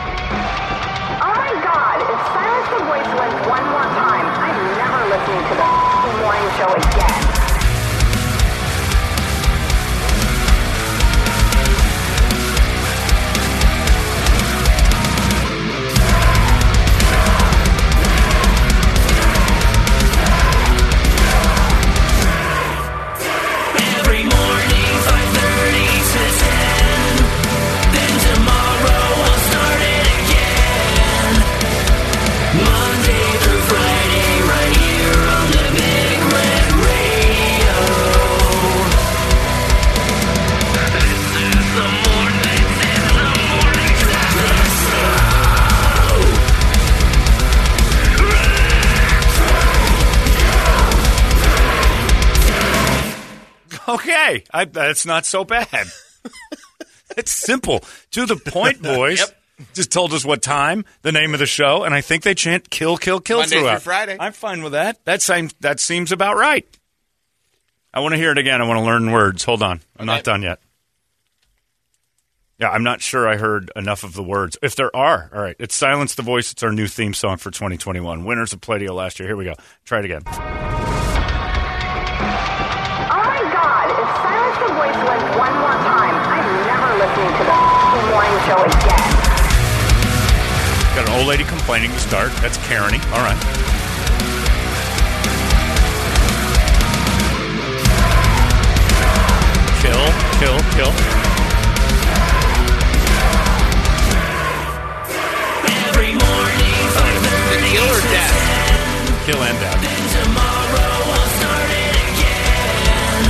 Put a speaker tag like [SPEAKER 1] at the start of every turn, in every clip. [SPEAKER 1] Oh my god, if Silence the Voice wins one more time, I'm never listening to the f***ing morning show again.
[SPEAKER 2] Every morning, 5:30 to 10. Then tomorrow I'll start it again. Monday through Friday, right here on the Big Red Radio. This is the morning. This is the morning
[SPEAKER 3] Okay, I, that's not so bad. it's simple to the point, boys. Just told us what time, the name of the show, and I think they chant "kill, kill, kill"
[SPEAKER 4] Monday through
[SPEAKER 3] throughout.
[SPEAKER 4] Friday.
[SPEAKER 3] I'm fine with that. That seems that seems about right. I want to hear it again. I want to learn words. Hold on, I'm
[SPEAKER 4] Okay.
[SPEAKER 3] not done yet. Yeah, I'm not sure I heard enough of the words. If there are, all right. It's Silence the Voice. It's our new theme song for 2021. Winners of Playdio last year. Here we go. Try it again.
[SPEAKER 1] Oh my god, if Silence the Voice wins one more time, I'm never listening to the f***ing morning show again.
[SPEAKER 3] Got an old lady complaining to start. That's Karen. All right. Kill, kill, kill.
[SPEAKER 2] Every morning, 5:30
[SPEAKER 4] Kill or
[SPEAKER 2] to
[SPEAKER 4] death?
[SPEAKER 3] Kill and death.
[SPEAKER 2] Then tomorrow I'll start it again.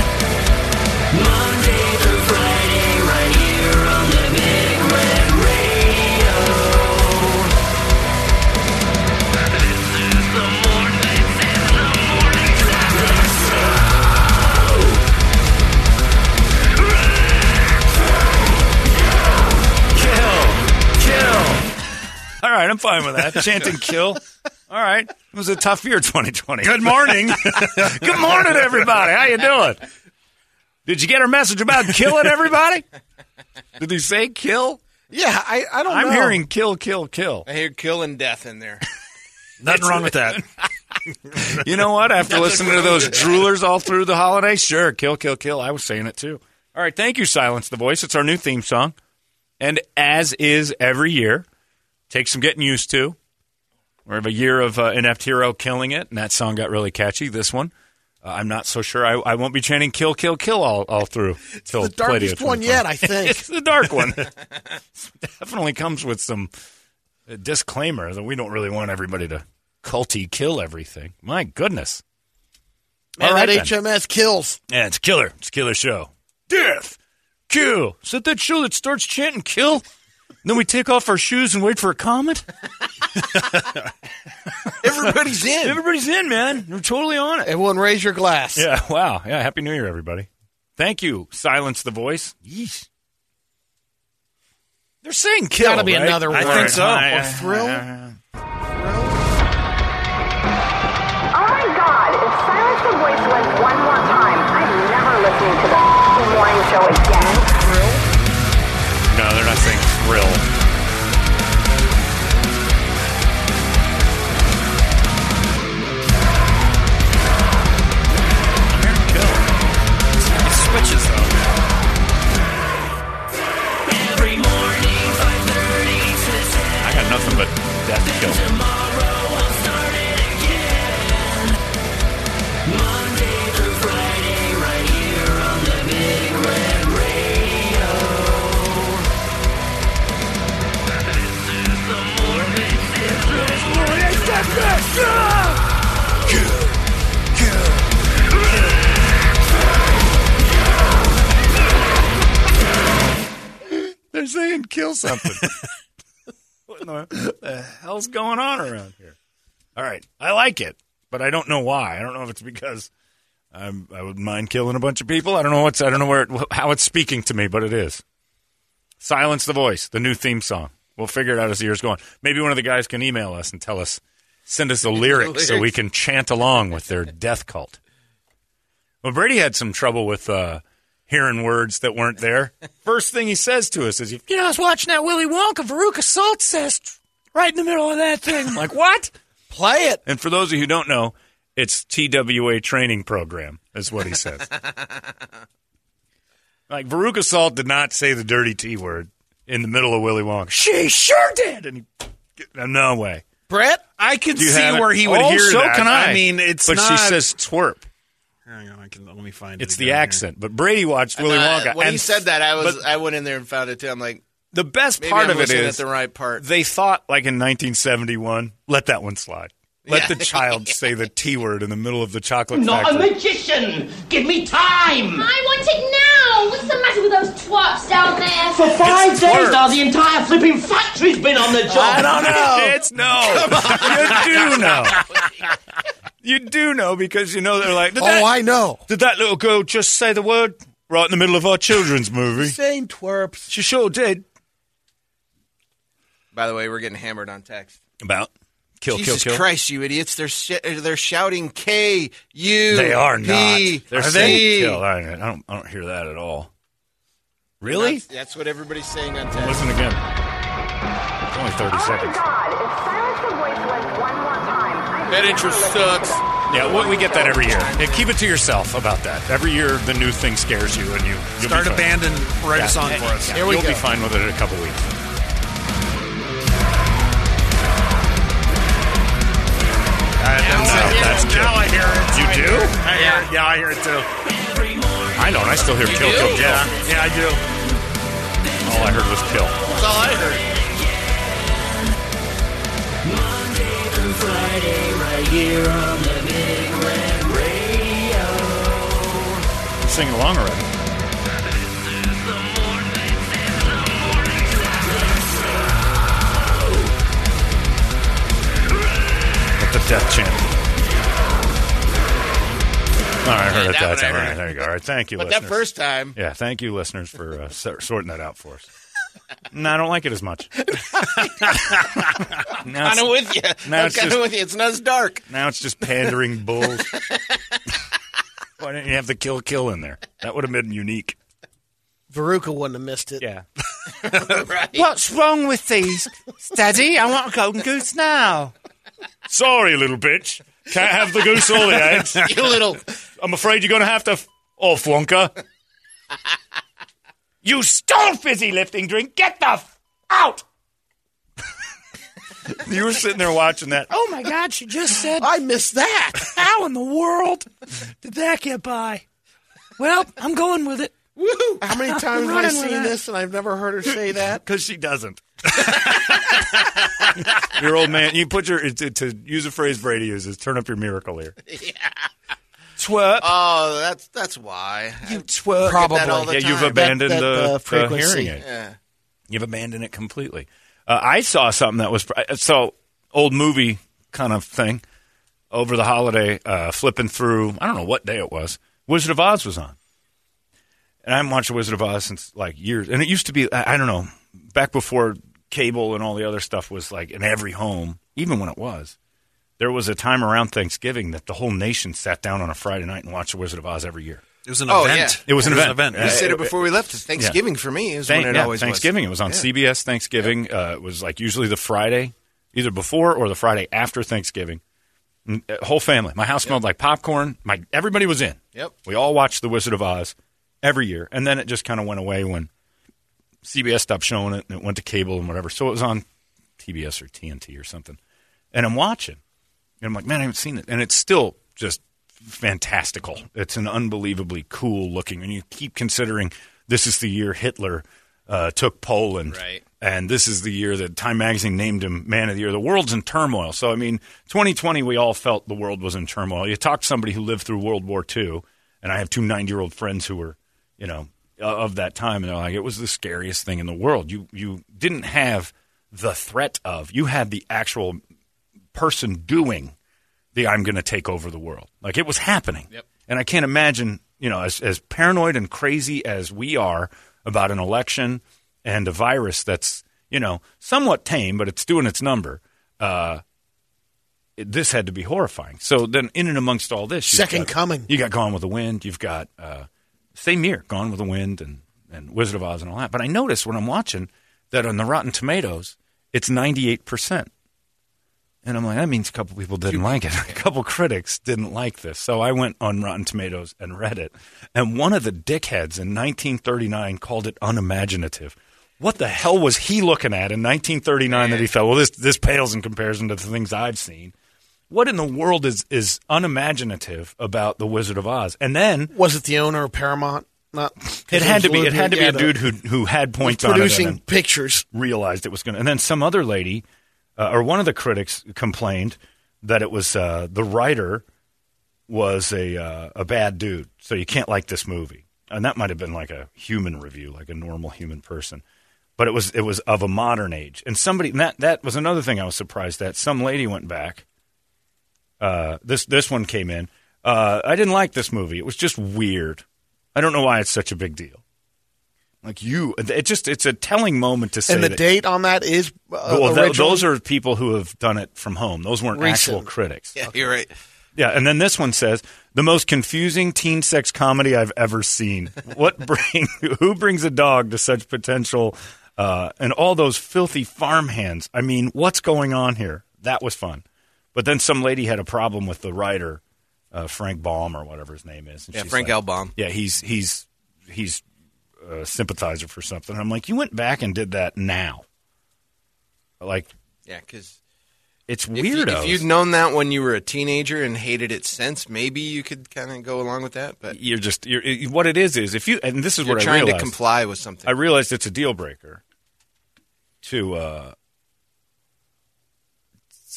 [SPEAKER 2] Monday through Friday, right here on the Big Red Radio. This is the morning. This is the morning
[SPEAKER 3] All right, I'm fine with that. Chant and kill. All right. It was a tough year, 2020. Good morning. Good morning, everybody. How you doing? Did you get our message about killing everybody? Did he say kill?
[SPEAKER 5] Yeah, I, I don't
[SPEAKER 3] I'm
[SPEAKER 5] know.
[SPEAKER 3] hearing kill, kill, kill.
[SPEAKER 4] I hear kill and death in there.
[SPEAKER 3] Nothing wrong with that. you know what? After listening to those droolers all through the holiday, sure, kill, kill, kill. I was saying it too. All right, thank you, Silence the Voice. It's our new theme song, and as is every year, takes some getting used to. We have a year of uh, inept hero killing it, and that song got really catchy. This one, uh, I'm not so sure. I, I won't be chanting "kill, kill, kill" all all through. It's
[SPEAKER 5] the darkest one yet, I think.
[SPEAKER 3] it's the dark one. Definitely comes with some uh, disclaimer that we don't really want everybody to culty kill everything. My goodness.
[SPEAKER 5] Man,
[SPEAKER 3] All right,
[SPEAKER 5] that
[SPEAKER 3] then.
[SPEAKER 5] HMS kills.
[SPEAKER 3] Yeah, it's killer. It's a killer show. Death. Kill. Is that that show that starts chanting kill? And then we take off our shoes and wait for a comment?
[SPEAKER 5] Everybody's in.
[SPEAKER 3] Everybody's in, man. We're totally on it.
[SPEAKER 5] Everyone raise your glass.
[SPEAKER 3] Yeah, wow. Yeah, Happy New Year, everybody. Thank you, Silence the Voice. Yeesh. They're saying kill.
[SPEAKER 5] Gotta be
[SPEAKER 3] right?
[SPEAKER 5] another
[SPEAKER 3] I
[SPEAKER 5] word.
[SPEAKER 3] think so.
[SPEAKER 5] Or thrill?
[SPEAKER 1] Oh my god, if Silence the Voice wins one more time, I'm never listening to the f***ing morning show again.
[SPEAKER 3] No, they're not saying thrill. me and kill something. what in the, the hell's going on around here? All right, I like it, but I don't know why. I don't know if it's because I'm, I would mind killing a bunch of people. I don't know what's I don't know where it, how it's speaking to me, but it is. Silence the voice, the new theme song. We'll figure it out as the years go on. Maybe one of the guys can email us and tell us, send us the lyrics so we can chant along with their death cult. Well, Brady had some trouble with uh, hearing words that weren't there. First thing he says to us is, "You know, I was watching that Willy Wonka. Veruca Salt says right in the middle of that thing." I'm like, "What?"
[SPEAKER 5] Play it.
[SPEAKER 3] And for those of you who don't know, it's TWA training program, is what he says. like, Veruca Salt did not say the dirty T word in the middle of Willy Wonka. She sure did! And he, no way.
[SPEAKER 4] Brett, I can
[SPEAKER 3] You
[SPEAKER 4] see
[SPEAKER 3] have it?
[SPEAKER 4] where he would
[SPEAKER 3] oh,
[SPEAKER 4] hear
[SPEAKER 3] so
[SPEAKER 4] that.
[SPEAKER 3] can I.
[SPEAKER 4] mean, it's
[SPEAKER 3] But she
[SPEAKER 4] not-
[SPEAKER 3] says twerp.
[SPEAKER 4] Hang on, I can, let me find it.
[SPEAKER 3] It's
[SPEAKER 4] again
[SPEAKER 3] the
[SPEAKER 4] here.
[SPEAKER 3] accent. But Brady watched Willy
[SPEAKER 6] Uh,
[SPEAKER 3] Wonka.
[SPEAKER 6] when
[SPEAKER 3] and
[SPEAKER 6] you said that, I was
[SPEAKER 3] but-
[SPEAKER 6] I went in there and found it too. I'm like,
[SPEAKER 3] The best
[SPEAKER 6] Maybe
[SPEAKER 3] part
[SPEAKER 6] I'm
[SPEAKER 3] of it
[SPEAKER 6] listening
[SPEAKER 3] is
[SPEAKER 6] at the right part.
[SPEAKER 3] They thought like in 1971, let that one slide. Let the child say the T word in the middle of the chocolate
[SPEAKER 7] Not a
[SPEAKER 3] factory.
[SPEAKER 7] magician! Give me time!
[SPEAKER 8] I want it now! What's the matter with those twerps down there?
[SPEAKER 7] For five
[SPEAKER 3] It's
[SPEAKER 7] days
[SPEAKER 3] worse.
[SPEAKER 7] now, the entire flipping factory's been on
[SPEAKER 6] Uh,
[SPEAKER 7] the
[SPEAKER 3] I
[SPEAKER 7] job!
[SPEAKER 3] don't know. It's no. You do know. You do know because you know they're like. Did that,
[SPEAKER 5] Oh, I know.
[SPEAKER 3] did that little girl just say the word right in the middle of our children's movie?
[SPEAKER 5] Same twerps.
[SPEAKER 3] She sure did.
[SPEAKER 6] by the way, we're getting hammered on text.
[SPEAKER 3] About kill,
[SPEAKER 6] Jesus
[SPEAKER 3] kill, kill.
[SPEAKER 6] Christ, you idiots! They're sh- they're shouting K U. E.
[SPEAKER 3] They are not. They're saying
[SPEAKER 6] C.
[SPEAKER 3] kill. I don't, I don't. I don't hear that at all. Really?
[SPEAKER 6] That's, that's what everybody's saying on text.
[SPEAKER 3] Listen again. It's only thirty
[SPEAKER 1] Oh my
[SPEAKER 3] seconds.
[SPEAKER 1] God, if silence the voiceless one more time, I'm
[SPEAKER 6] That intro sucks.
[SPEAKER 3] Yeah, we, we get that every year. Yeah, keep it to yourself about that. Every year, the new thing scares you, and you you'll
[SPEAKER 4] Start
[SPEAKER 3] be
[SPEAKER 4] a
[SPEAKER 3] fine.
[SPEAKER 4] band and write
[SPEAKER 3] Yeah,
[SPEAKER 4] a song
[SPEAKER 3] yeah,
[SPEAKER 4] for us.
[SPEAKER 3] yeah,
[SPEAKER 6] Here we
[SPEAKER 3] you'll
[SPEAKER 6] go.
[SPEAKER 3] be fine with it in a couple weeks.
[SPEAKER 4] Now
[SPEAKER 3] no,
[SPEAKER 4] I hear
[SPEAKER 3] that's
[SPEAKER 4] it.
[SPEAKER 3] kill.
[SPEAKER 4] Now I hear it.
[SPEAKER 3] You
[SPEAKER 4] I
[SPEAKER 3] do?
[SPEAKER 4] hear it. I hear it. Yeah, I hear it too.
[SPEAKER 3] I don't. I still hear kill,
[SPEAKER 6] do?
[SPEAKER 3] kill, kill.
[SPEAKER 4] Yeah, yeah, I do.
[SPEAKER 3] All I heard was kill.
[SPEAKER 6] That's all I heard.
[SPEAKER 3] Sing along already. With the death chant. All right, I heard
[SPEAKER 6] Yeah,
[SPEAKER 3] it that time.
[SPEAKER 6] that one I
[SPEAKER 3] All
[SPEAKER 6] heard.
[SPEAKER 3] right, there you go. All right, thank you,
[SPEAKER 6] But
[SPEAKER 3] listeners.
[SPEAKER 6] that first time,
[SPEAKER 3] Yeah, thank you, listeners, for uh, so- sorting that out for us. No, I don't like it as much. now,
[SPEAKER 6] I'm
[SPEAKER 3] it's,
[SPEAKER 6] with you.
[SPEAKER 3] Now it's
[SPEAKER 6] I'm kind of
[SPEAKER 3] just-
[SPEAKER 6] with you. It's not as dark.
[SPEAKER 3] now it's just pandering bulls. Why didn't you have the kill kill in there? That would have been unique.
[SPEAKER 5] Veruca wouldn't have missed it.
[SPEAKER 3] Yeah.
[SPEAKER 6] Right?
[SPEAKER 3] What's wrong with these? Daddy, I want a golden goose now. Sorry, little bitch. Can't have the goose or the eggs.
[SPEAKER 6] You little.
[SPEAKER 3] I'm afraid you're going to have to f- off, Wonka. you stole fizzy lifting drink. Get the f- out. you were sitting there watching that. Oh my God! She just said,
[SPEAKER 5] I missed that.
[SPEAKER 3] "How in the world did that get by?" Well, I'm going with it
[SPEAKER 5] How many times have I
[SPEAKER 3] running with
[SPEAKER 5] seen
[SPEAKER 3] that.
[SPEAKER 5] this and I've never heard her say that?
[SPEAKER 3] because she doesn't. your old man. You put your to, to use a phrase Brady uses. Turn up your miracle here. Yeah. Twerp.
[SPEAKER 6] Oh, that's that's why.
[SPEAKER 3] you twerp.
[SPEAKER 6] that all
[SPEAKER 5] Probably.
[SPEAKER 6] the
[SPEAKER 3] Yeah, you've
[SPEAKER 6] time.
[SPEAKER 3] abandoned
[SPEAKER 5] That- that,
[SPEAKER 3] the,
[SPEAKER 5] uh,
[SPEAKER 3] the
[SPEAKER 5] frequency.
[SPEAKER 3] hearing aid. You've abandoned it completely. Uh, I saw something that was uh, so old movie kind of thing over the holiday, uh, flipping through. I don't know what day it was. Wizard of Oz was on, and I haven't watched the Wizard of Oz since like years. And it used to be I, I don't know back before cable and all the other stuff was like in every home, even when it was. There was a time around Thanksgiving that the whole nation sat down on a Friday night and watched The Wizard of Oz every year.
[SPEAKER 4] It was an
[SPEAKER 6] Oh,
[SPEAKER 4] event.
[SPEAKER 6] yeah.
[SPEAKER 3] It was an event.
[SPEAKER 6] You
[SPEAKER 3] Yeah.
[SPEAKER 6] said
[SPEAKER 3] it-
[SPEAKER 6] it before we left. It's Thanksgiving for me is
[SPEAKER 3] Thank-
[SPEAKER 6] when it
[SPEAKER 3] yeah,
[SPEAKER 6] always
[SPEAKER 3] Thanksgiving.
[SPEAKER 6] was.
[SPEAKER 3] It was on CBS Thanksgiving. Uh, it was like usually the Friday, either before or the Friday after Thanksgiving. Mm, uh, Whole family. My house smelled like popcorn. My everybody was in.
[SPEAKER 6] Yep.
[SPEAKER 3] We all watched The Wizard of Oz every year, and then it just kind of went away when CBS stopped showing it, and it went to cable and whatever. So it was on TBS or TNT or something. And I'm watching, and I'm like, man, I haven't seen it, and it's still just fantastical. It's an unbelievably cool looking, and you keep considering this is the year Hitler uh, took Poland,
[SPEAKER 6] Right.
[SPEAKER 3] And this is the year that Time Magazine named him Man of the Year. The world's in turmoil. So I mean, 2020, we all felt the world was in turmoil. You talk to somebody who lived through World War II, and I have two 90 year old friends who were, you know, uh, of that time, and they're like, it was the scariest thing in the world. You you didn't have the threat of, you had the actual person doing the I'm going to take over the world. Like it was happening.
[SPEAKER 9] Yep.
[SPEAKER 3] And I can't imagine, you know, as, as paranoid and crazy as we are about an election and a virus that's, you know, somewhat tame, but it's doing its number. Uh, it- this had to be horrifying. So then, in and amongst all this, you've
[SPEAKER 5] Second
[SPEAKER 3] got-
[SPEAKER 5] coming.
[SPEAKER 3] You got Gone with the Wind. You've got uh, same year, Gone with the Wind, and and Wizard of Oz and all that. But I noticed when I'm watching that on the Rotten Tomatoes, it's 98 percent. And I'm like, that means a couple people didn't like it. A couple critics didn't like this. So I went on Rotten Tomatoes and read it. And one of the dickheads in 1939 called it unimaginative. What the hell was he looking at in 1939 that he felt, well, this, this pales in comparison to the things I've seen? What in the world is, is unimaginative about The Wizard of Oz? And then
[SPEAKER 5] Was it the owner of Paramount? Not.
[SPEAKER 3] it had to be. It had to be
[SPEAKER 5] Yeah,
[SPEAKER 3] a
[SPEAKER 5] the-
[SPEAKER 3] dude who who had points
[SPEAKER 5] was
[SPEAKER 3] on it
[SPEAKER 5] producing
[SPEAKER 3] and then
[SPEAKER 5] pictures.
[SPEAKER 3] Realized it was going to, and then some other lady uh, or one of the critics complained that it was uh, the writer was a uh, a bad dude, so you can't like this movie. And that might have been like a human review, like a normal human person, but it was it was of a modern age. And somebody and that that was another thing I was surprised at. Some lady went back uh, this this one came in. Uh, I didn't like this movie. It was just weird. I don't know why it's such a big deal. Like you, it just it's a telling moment to say
[SPEAKER 5] And the
[SPEAKER 3] that-
[SPEAKER 5] date on that is. Uh,
[SPEAKER 3] well, tho-
[SPEAKER 5] original.
[SPEAKER 3] those are people who have done it from home. Those weren't actual
[SPEAKER 5] Recent.
[SPEAKER 3] critics.
[SPEAKER 6] Yeah, you're right.
[SPEAKER 3] Yeah, and then this one says the most confusing teen sex comedy I've ever seen. What bring who brings a dog to such potential? Uh, and all those filthy farmhands. I mean, what's going on here? That was fun, but then some lady had a problem with the writer, uh, Frank Baum or whatever his name is. and
[SPEAKER 6] Yeah,
[SPEAKER 3] she's
[SPEAKER 6] Frank
[SPEAKER 3] like,
[SPEAKER 6] L. Baum.
[SPEAKER 3] Yeah, he's he's he's a sympathizer for something. I'm like, you went back and did that now. Like
[SPEAKER 6] Yeah, because
[SPEAKER 3] it's
[SPEAKER 6] if, you,
[SPEAKER 3] weirdo.
[SPEAKER 6] if you'd known that when you were a teenager and hated it since, maybe you could kind of go along with that. But
[SPEAKER 3] you're just you're it- what it is is if you and this is
[SPEAKER 6] You're
[SPEAKER 3] what I
[SPEAKER 6] trying to
[SPEAKER 3] realized.
[SPEAKER 6] comply with something.
[SPEAKER 3] I realized it's a deal breaker to uh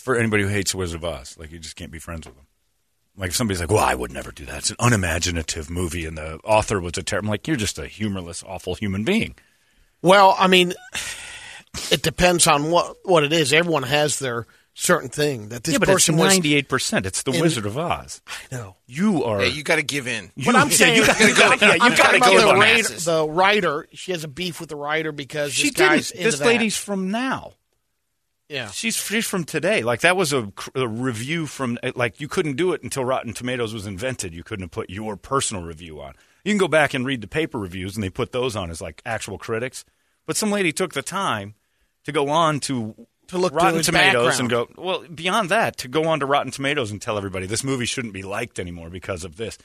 [SPEAKER 3] for anybody who hates Wizard of Oz. Like you just can't be friends with them. Like if somebody's like, "Well, I would never do that. It's an unimaginative movie, and the author was a terrible." I'm like, "You're just a humorless, awful human being."
[SPEAKER 5] Well, I mean, it depends on what what it is. Everyone has their certain thing that this
[SPEAKER 3] yeah, but it's
[SPEAKER 5] person was.
[SPEAKER 3] ninety eight percent. It's the
[SPEAKER 5] in-
[SPEAKER 3] Wizard of Oz.
[SPEAKER 5] I know.
[SPEAKER 3] You are.
[SPEAKER 6] yeah, you got to give in.
[SPEAKER 3] you-
[SPEAKER 5] But I'm
[SPEAKER 3] yeah,
[SPEAKER 5] saying
[SPEAKER 3] you gotta
[SPEAKER 5] I'm
[SPEAKER 3] go.
[SPEAKER 5] talking-
[SPEAKER 3] Yeah,
[SPEAKER 5] I'm
[SPEAKER 3] you gotta
[SPEAKER 5] talking
[SPEAKER 3] go
[SPEAKER 5] about
[SPEAKER 3] with
[SPEAKER 5] the,
[SPEAKER 3] the
[SPEAKER 5] writer,
[SPEAKER 3] masses.
[SPEAKER 5] the writer. She has a beef with the writer because
[SPEAKER 3] She
[SPEAKER 5] this guy's
[SPEAKER 3] didn't.
[SPEAKER 5] into
[SPEAKER 3] This
[SPEAKER 5] that.
[SPEAKER 3] lady's from now.
[SPEAKER 5] Yeah.
[SPEAKER 3] She's she's from today. Like that was a, cr- a review from eh, like you couldn't do it until Rotten Tomatoes was invented. You couldn't have put your personal review on. You can go back and read the paper reviews, and they put those on as like actual critics. But some lady took the time to go on to
[SPEAKER 5] To look to
[SPEAKER 3] Rotten
[SPEAKER 5] his
[SPEAKER 3] Tomatoes and go
[SPEAKER 5] background.
[SPEAKER 3] well beyond that to go on to Rotten Tomatoes and tell everybody this movie shouldn't be liked anymore because of this.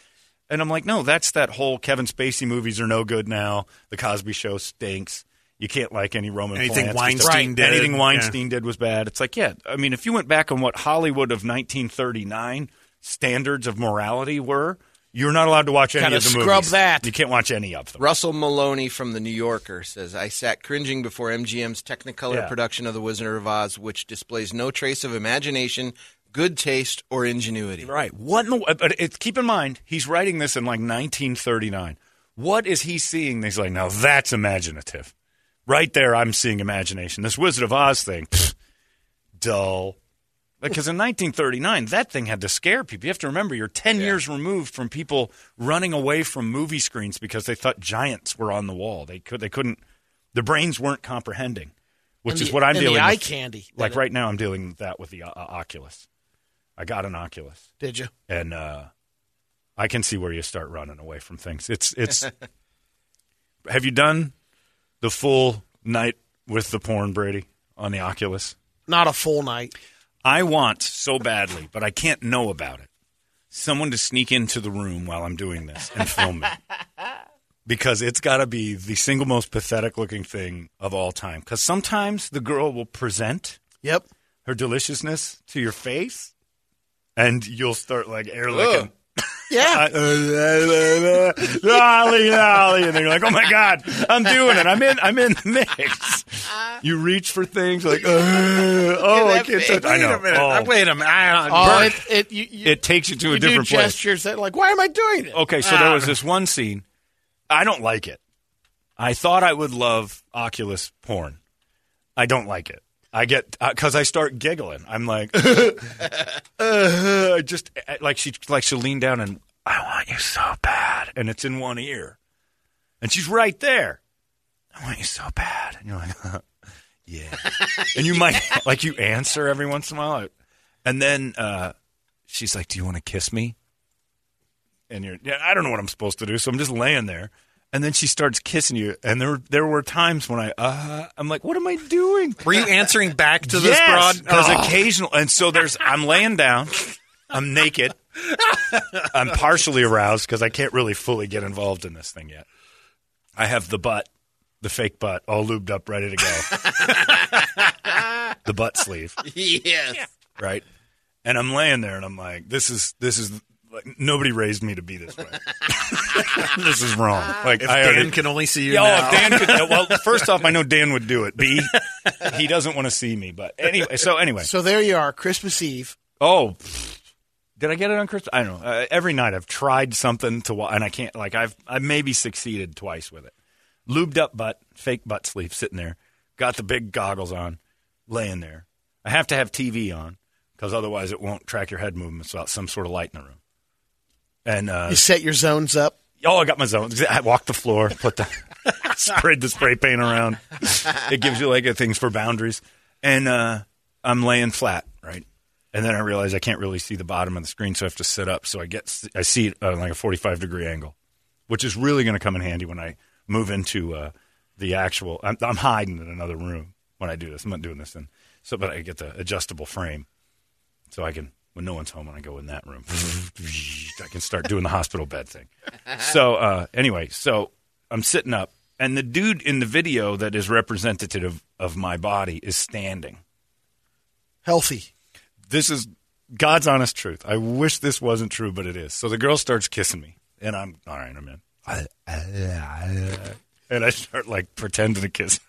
[SPEAKER 3] And I'm like, no, that's that whole Kevin Spacey movies are no good now. The Cosby Show stinks. You can't like any Roman
[SPEAKER 4] Anything
[SPEAKER 3] Polanski stuff.
[SPEAKER 4] Weinstein did.
[SPEAKER 3] Anything
[SPEAKER 4] Yeah.
[SPEAKER 3] Weinstein did was bad. It's like, yeah, I mean, if you went back on what Hollywood of 1939 standards of morality were, you're not allowed to watch any
[SPEAKER 5] Gotta
[SPEAKER 3] of the
[SPEAKER 5] scrub
[SPEAKER 3] movies.
[SPEAKER 5] that.
[SPEAKER 3] You can't watch any of them.
[SPEAKER 6] Russell Maloney from The New Yorker says, I sat cringing before MGM's Technicolor
[SPEAKER 3] Yeah.
[SPEAKER 6] production of The Wizard of Oz, which displays no trace of imagination, good taste, or ingenuity.
[SPEAKER 3] Right. What in the? But it's, keep in mind, he's writing this in like 1939. What is he seeing? He's like, now that's imaginative. Right there, I'm seeing imagination. This Wizard of Oz thing, pfft, dull. Because in 1939, that thing had to scare people. You have to remember, you're 10 years removed from people running away from movie screens because they thought giants were on the wall. They could, they couldn't. Their brains weren't comprehending, which
[SPEAKER 5] And
[SPEAKER 3] is
[SPEAKER 5] the-
[SPEAKER 3] what I'm
[SPEAKER 5] and the
[SPEAKER 3] dealing with.
[SPEAKER 5] eye candy that
[SPEAKER 3] Like
[SPEAKER 5] it-
[SPEAKER 3] right now, I'm dealing with that with the uh, uh, Oculus. I got an Oculus
[SPEAKER 5] Did you?
[SPEAKER 3] and uh, I can see where you start running away from things. It's it's. have you done the full night with the porn, Brady, on the Oculus?
[SPEAKER 5] Not a full night.
[SPEAKER 3] I want so badly, but I can't know about it. Someone to sneak into the room while I'm doing this and film me. Because it's got to be the single most pathetic looking thing of all time. Because sometimes the girl will present
[SPEAKER 5] Yep.
[SPEAKER 3] her deliciousness to your face, and you'll start like air licking.
[SPEAKER 5] Yeah.
[SPEAKER 3] Uh, lolly, lolly, and they're like, "Oh my god, I'm doing it! I'm in, I'm in the mix."
[SPEAKER 4] Uh-huh.
[SPEAKER 3] You reach for things like, uh, "Oh, I can't touch." I know.
[SPEAKER 4] Wait a minute.
[SPEAKER 3] Oh.
[SPEAKER 4] Wait a minute. I don't-
[SPEAKER 5] Oh,
[SPEAKER 3] Bert.
[SPEAKER 5] it, it, you, you,
[SPEAKER 3] It takes you to a
[SPEAKER 5] you do
[SPEAKER 3] different place.
[SPEAKER 5] gestures that like, why am I doing it?
[SPEAKER 3] Okay, so there was this one scene. I don't like it. I thought I would love Oculus porn. I don't like it. I get because I start giggling. I'm like, uh, I just I- like she like she'll lean down and I want you so bad, and it's in one ear, and she's right there. I want you so bad, and you're like, yeah, and you might like you answer every once in a while, and then uh, she's like, do you want to kiss me? and you're yeah, I don't know what I'm supposed to do, so I'm just laying there. And then she starts kissing you, and there there were times when I uh, I'm like, what am I doing?
[SPEAKER 9] Were you answering back to this broad?
[SPEAKER 3] Because
[SPEAKER 9] Oh.
[SPEAKER 3] occasional, and so there's I'm laying down, I'm naked, I'm partially aroused because I can't really fully get involved in this thing yet. I have the butt, the fake butt, all lubed up, ready to go. the butt sleeve
[SPEAKER 5] yes.
[SPEAKER 3] right? And I'm laying there, and I'm like, "This is this is like nobody raised me to be this way. this is wrong." Like
[SPEAKER 9] If
[SPEAKER 3] I
[SPEAKER 9] Dan
[SPEAKER 3] already-
[SPEAKER 9] can only see you
[SPEAKER 3] Yeah,
[SPEAKER 9] now.
[SPEAKER 3] Oh, if Dan could, well, first off, I know Dan would do it. B, he doesn't want to see me. But anyway, so anyway,
[SPEAKER 5] So there you are, Christmas Eve.
[SPEAKER 3] oh. pfft. Did I get it on Christmas? I don't know. Uh, every night I've tried something to, wa- and I can't. Like I've, I maybe succeeded twice with it. Lubed up butt, fake butt sleeve, sitting there. Got the big goggles on, laying there. I have to have TV on because otherwise it won't track your head movements without some sort of light in the room. And uh,
[SPEAKER 5] You set your zones up.
[SPEAKER 3] oh, I got my zones. I walked the floor, put the sprayed the spray paint around. It gives you like a things for boundaries. And uh, I'm laying flat, right? And then I realize I can't really see the bottom of the screen, so I have to sit up. So I get I see it on like a 45 degree angle, which is really going to come in handy when I move into uh, the actual. I'm, I'm hiding in another room when I do this. I'm not doing this then. So, but I get the adjustable frame, so I can when no one's home when I go in that room, I can start doing the hospital bed thing. So uh, anyway, so I'm sitting up, and the dude in the video that is representative of my body is standing.
[SPEAKER 5] Healthy.
[SPEAKER 3] This is God's honest truth. I wish this wasn't true, but it is. So the girl starts kissing me, and I'm all right. I'm in, and I start like pretending to kiss.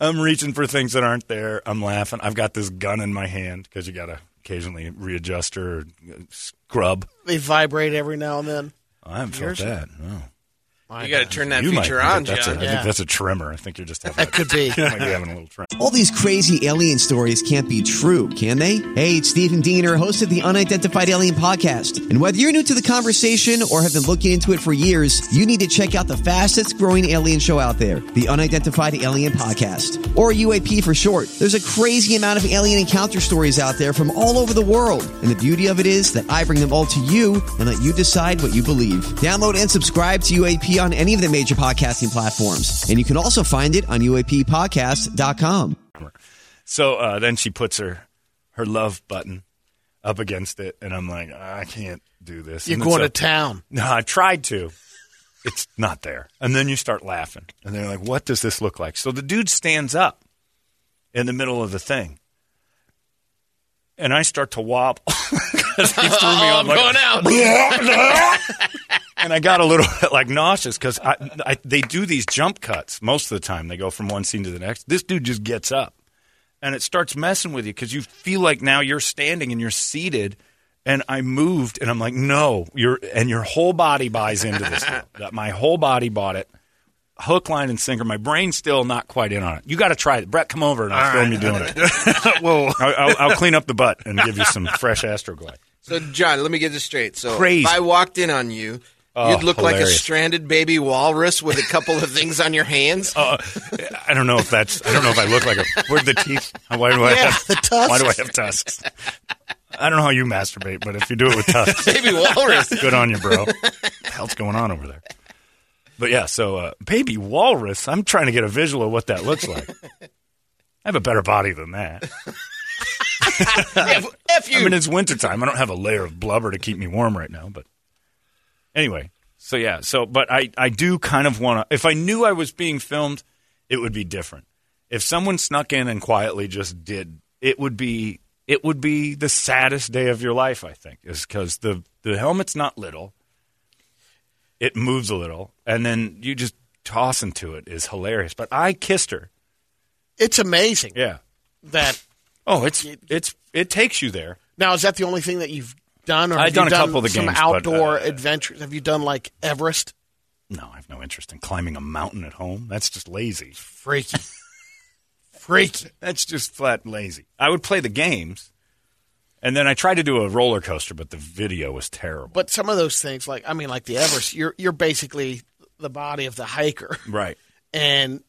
[SPEAKER 3] I'm reaching for things that aren't there. I'm laughing. I've got this gun in my hand because you gotta occasionally readjust or uh, scrub.
[SPEAKER 5] They vibrate every now and then.
[SPEAKER 3] I haven't felt
[SPEAKER 5] Yours?
[SPEAKER 3] that. No.
[SPEAKER 6] You got to turn that
[SPEAKER 3] You might
[SPEAKER 6] feature
[SPEAKER 3] think
[SPEAKER 6] on,
[SPEAKER 3] that that's
[SPEAKER 6] John.
[SPEAKER 3] A, I think that's a tremor. I think you're just having.
[SPEAKER 5] That could be.
[SPEAKER 3] you might be having a little tremor.
[SPEAKER 10] All these crazy alien stories can't be true, can they? Hey, it's Stephen Diener, host of the Unidentified Alien Podcast. And whether you're new to the conversation or have been looking into it for years, you need to check out the fastest growing alien show out there, the Unidentified Alien Podcast, or UAP for short. There's a crazy amount of alien encounter stories out there from all over the world. And the beauty of it is that I bring them all to you and let you decide what you believe. Download and subscribe to UAP on any of the major podcasting platforms. And you can also find it on UAPpodcast.com.
[SPEAKER 3] So uh, then she puts her her love button up against it, and I'm like, I can't do this.
[SPEAKER 5] You're
[SPEAKER 3] And
[SPEAKER 5] going to
[SPEAKER 3] it's a-
[SPEAKER 5] town.
[SPEAKER 3] No, I tried to. It's not there. And then you start laughing, and they're like, "What does this look like?" So the dude stands up in the middle of the thing, and I start to wobble. 'Cause he threw me on, like, and I got a little bit like nauseous because I, I, they do these jump cuts most of the time. They go from one scene to the next. This dude just gets up, and it starts messing with you because you feel like now you're standing and you're seated. And I moved, and I'm like, no, you're, and your whole body buys into this. deal. that my whole body bought it, hook, line, and sinker. My brain's still not quite in on it. You got to try it, Brett. Come over and I'll
[SPEAKER 9] All
[SPEAKER 3] film
[SPEAKER 9] right.
[SPEAKER 3] you doing it. Whoa, I'll, I'll, I'll clean up the butt and give you some fresh Astroglide.
[SPEAKER 6] So, John, let me get this straight. So,
[SPEAKER 3] Crazy.
[SPEAKER 6] if I walked in on you,
[SPEAKER 3] Oh,
[SPEAKER 6] you'd look like a
[SPEAKER 3] hilarious.
[SPEAKER 6] stranded baby walrus with a couple of things on your hands.
[SPEAKER 3] I don't know if that's. I don't know if I look like a. Where'd the teeth? Why do I
[SPEAKER 5] Yeah,
[SPEAKER 3] have
[SPEAKER 5] the tusks.
[SPEAKER 3] Why do I have tusks? I don't know how you masturbate, but if you do it with tusks,
[SPEAKER 6] baby walrus.
[SPEAKER 3] good on you, bro. What the hell's going on over there? But yeah, so uh, baby walrus. I'm trying to get a visual of what that looks like. I have a better body than that.
[SPEAKER 6] F, F you.
[SPEAKER 3] I mean, it's wintertime. I don't have a layer of blubber to keep me warm right now. But anyway, so yeah, so but I I do kind of want to. If I knew I was being filmed, it would be different. If someone snuck in and quietly just did, it would be it would be the saddest day of your life. I think is because the the helmet's not little. It moves a little, and then you just toss into it is hilarious. But I kissed her.
[SPEAKER 5] It's amazing
[SPEAKER 3] Yeah.
[SPEAKER 5] that.
[SPEAKER 3] Oh, it's it's it takes you there.
[SPEAKER 5] Now, is that the only thing that you've done? Or
[SPEAKER 3] I've
[SPEAKER 5] have you
[SPEAKER 3] done a couple of the
[SPEAKER 5] some
[SPEAKER 3] games, but,
[SPEAKER 5] outdoor
[SPEAKER 3] uh,
[SPEAKER 5] adventures. Have you done like Everest?
[SPEAKER 3] No, I have no interest in climbing a mountain at home. That's just lazy.
[SPEAKER 5] Freaky.
[SPEAKER 3] Freaky. That's just flat lazy. I would play the games. And then I tried to do a roller coaster, but the video was terrible.
[SPEAKER 5] But some of those things, like I mean, like the Everest, you're you're basically the body of the hiker,
[SPEAKER 3] Right.
[SPEAKER 5] and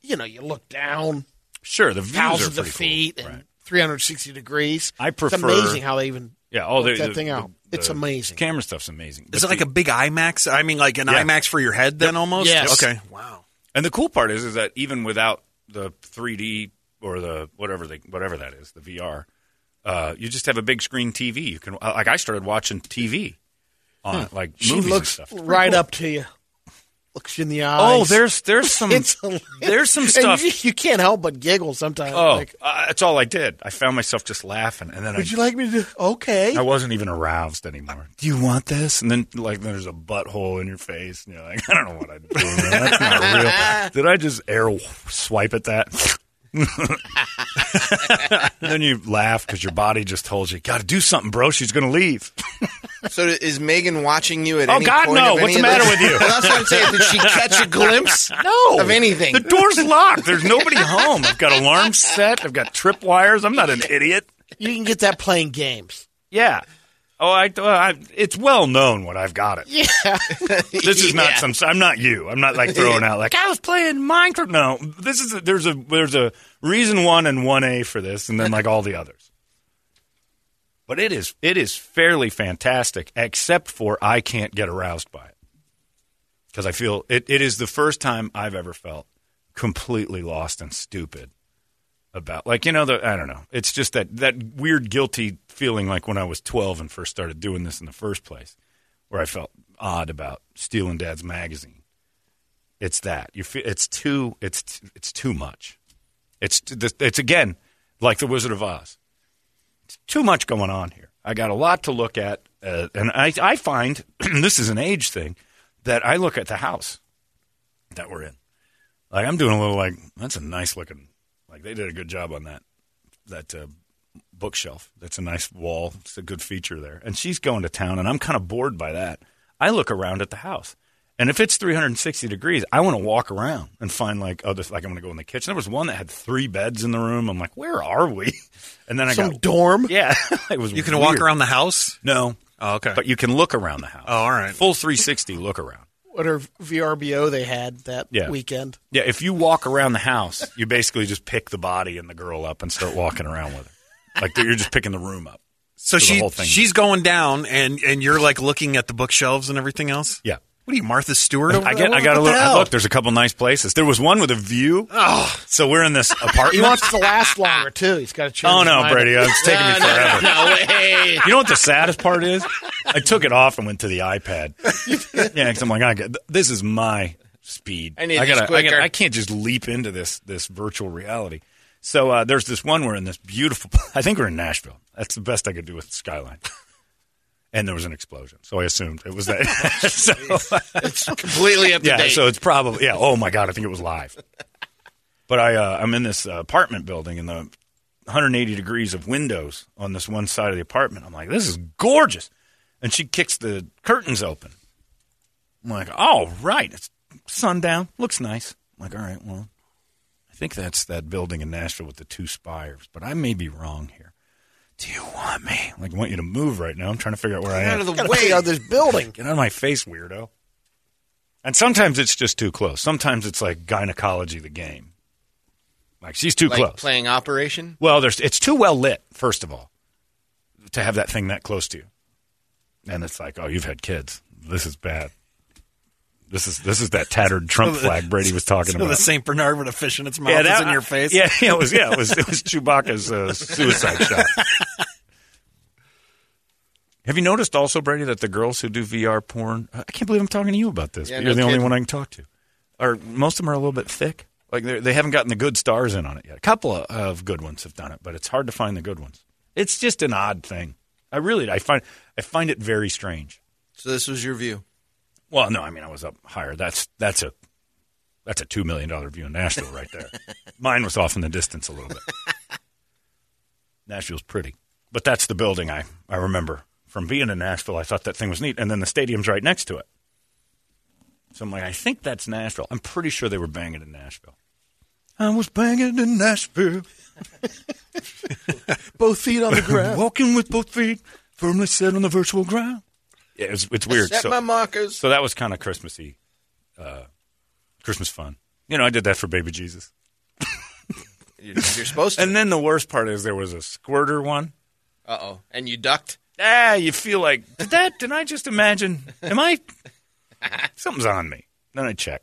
[SPEAKER 5] you know you look down.
[SPEAKER 3] Sure, the views are
[SPEAKER 5] thousands of
[SPEAKER 3] pretty cool,
[SPEAKER 5] feet and 360 degrees.
[SPEAKER 3] I prefer.
[SPEAKER 5] It's amazing how they even
[SPEAKER 3] Yeah, oh,
[SPEAKER 5] work
[SPEAKER 3] they-
[SPEAKER 5] that
[SPEAKER 3] the-
[SPEAKER 5] thing out.
[SPEAKER 3] the-
[SPEAKER 5] it's
[SPEAKER 3] the
[SPEAKER 5] amazing.
[SPEAKER 3] Camera stuff's amazing. But
[SPEAKER 9] Is it like
[SPEAKER 3] the-
[SPEAKER 9] a big IMAX? I mean, like an
[SPEAKER 3] Yeah.
[SPEAKER 9] IMAX for your head, then almost.
[SPEAKER 3] Yes.
[SPEAKER 9] Okay. Wow.
[SPEAKER 3] And the cool part is, is that even without the 3D or the whatever they whatever that is, the VR, uh, you just have a big screen TV. You can uh, like I started watching TV on it, like
[SPEAKER 5] she
[SPEAKER 3] movies
[SPEAKER 5] looks
[SPEAKER 3] and stuff.
[SPEAKER 5] right up to you, looks you in the eyes.
[SPEAKER 3] Oh, there's there's some
[SPEAKER 5] It's hilarious.
[SPEAKER 3] there's some
[SPEAKER 5] And
[SPEAKER 3] stuff.
[SPEAKER 5] you, you can't help but giggle sometimes.
[SPEAKER 3] oh,
[SPEAKER 5] like,
[SPEAKER 3] uh, that's all I did. I found myself just laughing, and then I
[SPEAKER 5] would you like me to? do Okay,
[SPEAKER 3] I wasn't even aroused anymore. Do you want this? And then like there's a butthole in your face, and you're like, I don't know what I'm doing. man. That's not real. Did I just air swipe at that? And then you laugh because your body just told you, "Got to do something, bro. She's gonna leave."
[SPEAKER 6] So is Megan watching you at
[SPEAKER 3] Oh,
[SPEAKER 6] any
[SPEAKER 3] God,
[SPEAKER 6] point
[SPEAKER 3] no.
[SPEAKER 6] of
[SPEAKER 3] What's
[SPEAKER 6] any
[SPEAKER 3] the
[SPEAKER 6] of
[SPEAKER 3] matter
[SPEAKER 6] this?
[SPEAKER 3] with you?
[SPEAKER 6] Well, that's what I'm saying. Did she catch a glimpse?
[SPEAKER 5] No.
[SPEAKER 6] of anything.
[SPEAKER 3] The door's locked. There's nobody home. I've got alarms set. I've got tripwires. I'm not an idiot.
[SPEAKER 5] you can get that playing games.
[SPEAKER 3] Yeah. Oh, I, uh, I. It's well known when I've got it.
[SPEAKER 5] Yeah,
[SPEAKER 3] This is not some. I'm not you. I'm not like throwing out like I was playing Minecraft. No, this is a, there's a there's a reason one and one A for this, and then like all the others. But it is it is fairly fantastic, except for I can't get aroused by it because I feel it, it is the first time I've ever felt completely lost and stupid about like you know the I don't know. It's just that that weird guilty feeling like when I was 12 and first started doing this in the first place where I felt odd about stealing dad's magazine. It's that. You feel it's too it's t- it's too much. It's t- the- it's again like the Wizard of Oz. It's too much going on here. I got a lot to look at uh, and I I find this is an age thing that I look at the house that we're in. Like I'm doing a little like that's a nice looking like they did a good job on that that uh, bookshelf. That's a nice wall. It's a good feature there. And she's going to town, and I'm kind of bored by that. I look around at the house, and if it's 360 degrees, I want to walk around and find like other like I'm going to go in the kitchen. There was one that had three beds in the room. I'm like, where are we? And then I
[SPEAKER 5] some
[SPEAKER 3] got
[SPEAKER 5] dorm.
[SPEAKER 3] yeah, it was
[SPEAKER 9] You can walk
[SPEAKER 3] weird.
[SPEAKER 9] around the house.
[SPEAKER 3] No,
[SPEAKER 9] Oh, okay.
[SPEAKER 3] but you can look around the house.
[SPEAKER 9] oh, all right.
[SPEAKER 3] Full 360 look around.
[SPEAKER 5] Whatever VRBO they had that
[SPEAKER 3] Yeah.
[SPEAKER 5] weekend.
[SPEAKER 3] Yeah, if you walk around the house, you basically just pick the body and the girl up and start walking around with her. Like you're just picking the room up.
[SPEAKER 9] So
[SPEAKER 3] the
[SPEAKER 9] she
[SPEAKER 3] whole thing.
[SPEAKER 9] she's going down, and and you're like looking at the bookshelves and everything else.
[SPEAKER 3] Yeah.
[SPEAKER 9] What are you, Martha Stewart? Over
[SPEAKER 3] I
[SPEAKER 9] there?
[SPEAKER 3] get. I
[SPEAKER 9] What
[SPEAKER 3] got a
[SPEAKER 9] the
[SPEAKER 3] little.
[SPEAKER 9] hell?
[SPEAKER 3] Look, there's a couple nice places. There was one with a view. Oh, so we're in this
[SPEAKER 5] He
[SPEAKER 3] apartment.
[SPEAKER 5] wants it to last longer too. He's got to change.
[SPEAKER 3] oh
[SPEAKER 5] his
[SPEAKER 3] no,
[SPEAKER 5] mind.
[SPEAKER 3] Brady, it's taking me forever.
[SPEAKER 5] No way.
[SPEAKER 3] You know what the saddest part is? I took it off and went to the iPad. yeah, because I'm like, I get, this is my speed.
[SPEAKER 6] I need
[SPEAKER 3] I
[SPEAKER 6] this
[SPEAKER 3] gotta- I,
[SPEAKER 6] quicker.
[SPEAKER 3] gotta- I can't just leap into this this virtual reality. So uh, there's this one we're in this beautiful. I think we're in Nashville. That's the best I could do with skyline. And there was an explosion, so I assumed it was that. so,
[SPEAKER 6] Completely up to
[SPEAKER 3] yeah,
[SPEAKER 6] date.
[SPEAKER 3] so it's probably yeah. Oh my god, I think it was live. But I uh, I'm in this uh, apartment building and the 180 degrees of windows on this one side of the apartment. I'm like, this is gorgeous. And she kicks the curtains open. I'm like, all right, it's sundown, looks nice. I'm like, all right, well, I think that's that building in Nashville with the two spires, but I may be wrong here. Do you want me? I'm like, I want you to move right now. I'm trying to figure out where I am.
[SPEAKER 6] out of the
[SPEAKER 5] Gotta
[SPEAKER 6] way.
[SPEAKER 5] figure out this building.
[SPEAKER 3] Get out of my face, weirdo. And sometimes it's just too close. Sometimes it's like gynecology, the game. Like she's too
[SPEAKER 6] like
[SPEAKER 3] close.
[SPEAKER 6] playing Operation.
[SPEAKER 3] well, there's it's too well lit. First of all, to have that thing that close to you, and it's like, oh, you've had kids. This is bad. This is this is that tattered Trump flag Brady was talking
[SPEAKER 9] So
[SPEAKER 3] about.
[SPEAKER 9] the Saint Bernard with a fish in its mouth is in your face.
[SPEAKER 3] Yeah, yeah, it was. Yeah, it was. It was Chewbacca's uh, suicide shot. Have you noticed also, Brady, that the girls who do VR porn? I can't believe I'm talking to you about this.
[SPEAKER 6] Yeah,
[SPEAKER 3] but you're
[SPEAKER 6] no
[SPEAKER 3] the only
[SPEAKER 6] kidding.
[SPEAKER 3] one I can talk to. Are most of them are a little bit thick? Like they're- they haven't gotten the good stars in on it yet. A couple of, of good ones have done it, but it's hard to find the good ones. It's just an odd thing. I really, I find, I find it very strange.
[SPEAKER 6] So this was your view.
[SPEAKER 3] Well, no, I mean I was up higher. That's that's a that's a two million dollar view in Nashville right there. Mine was off in the distance a little bit. Nashville's pretty, but that's the building I I remember from being in Nashville. I thought that thing was neat, and then the stadium's right next to it. So I'm like, I think that's Nashville. I'm pretty sure they were banging in Nashville. I was banging in Nashville.
[SPEAKER 5] both feet on the ground.
[SPEAKER 3] Walking with both feet firmly set on the virtual ground. Yeah, it's, it's weird.
[SPEAKER 5] set
[SPEAKER 3] so,
[SPEAKER 5] my markers.
[SPEAKER 3] So that was kind of Christmassy, uh, Christmas fun. You know, I did that for Baby Jesus.
[SPEAKER 6] You're, you're supposed to.
[SPEAKER 3] And then the worst part is there was a squirter one.
[SPEAKER 6] Uh oh. And you ducked.
[SPEAKER 3] Ah, you feel like did that? Did I just imagine? Am I? Something's on me. Then I check.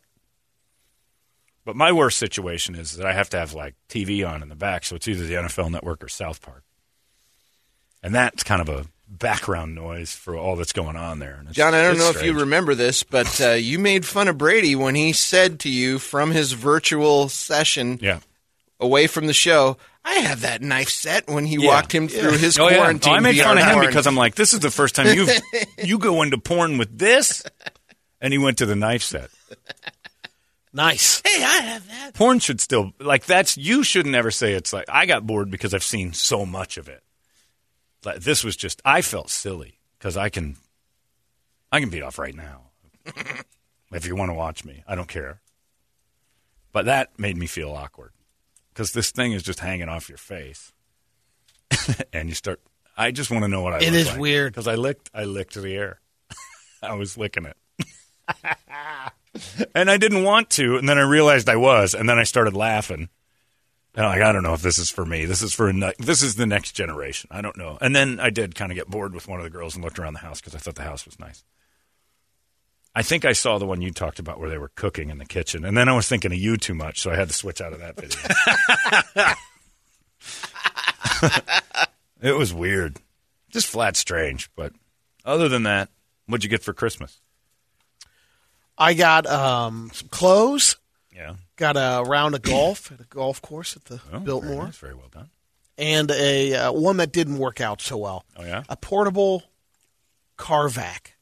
[SPEAKER 3] But my worst situation is that I have to have like TV on in the back, so it's either the NFL Network or South Park, and that's kind of a background noise for all that's going on there. And it's-
[SPEAKER 6] John, I don't
[SPEAKER 3] it's
[SPEAKER 6] know if
[SPEAKER 3] strange.
[SPEAKER 6] you remember this, but uh, you made fun of Brady when he said to you from his virtual session
[SPEAKER 3] Yeah.
[SPEAKER 6] away from the show, I had that knife set when he walked him through his
[SPEAKER 3] Oh, yeah.
[SPEAKER 6] quarantine.
[SPEAKER 3] Oh, I made
[SPEAKER 6] VR
[SPEAKER 3] fun of him
[SPEAKER 6] quarantine.
[SPEAKER 3] because I'm like, this is the first time you you go into porn with this, and he went to the knife set.
[SPEAKER 5] Nice.
[SPEAKER 6] Hey, I have that.
[SPEAKER 3] Porn should still like that's you should never say it's like I got bored because I've seen so much of it. Like, this was just I felt silly because I can I can beat off right now. if you want to watch me, I don't care. But that made me feel awkward because this thing is just hanging off your face, and you start. I just want to know what I.
[SPEAKER 5] It
[SPEAKER 3] look
[SPEAKER 5] is
[SPEAKER 3] like.
[SPEAKER 5] weird.
[SPEAKER 3] because I licked. I licked the air. I was licking it, and I didn't want to. And then I realized I was, and then I started laughing. And I'm like, I don't know if this is for me. This is for a ne- this is the next generation. I don't know. And then I did kind of get bored with one of the girls and looked around the house because I thought the house was nice. I think I saw the one you talked about where they were cooking in the kitchen, and then I was thinking of you too much, so I had to switch out of that video. it was weird, just flat strange. But other than that, what'd you get for Christmas?
[SPEAKER 5] I got um, some clothes.
[SPEAKER 3] Yeah.
[SPEAKER 5] Got a round of golf at a golf course at the Biltmore.
[SPEAKER 3] That's Oh, very well done.
[SPEAKER 5] And a uh, one that didn't work out so well.
[SPEAKER 3] Oh yeah,
[SPEAKER 5] A portable car vac,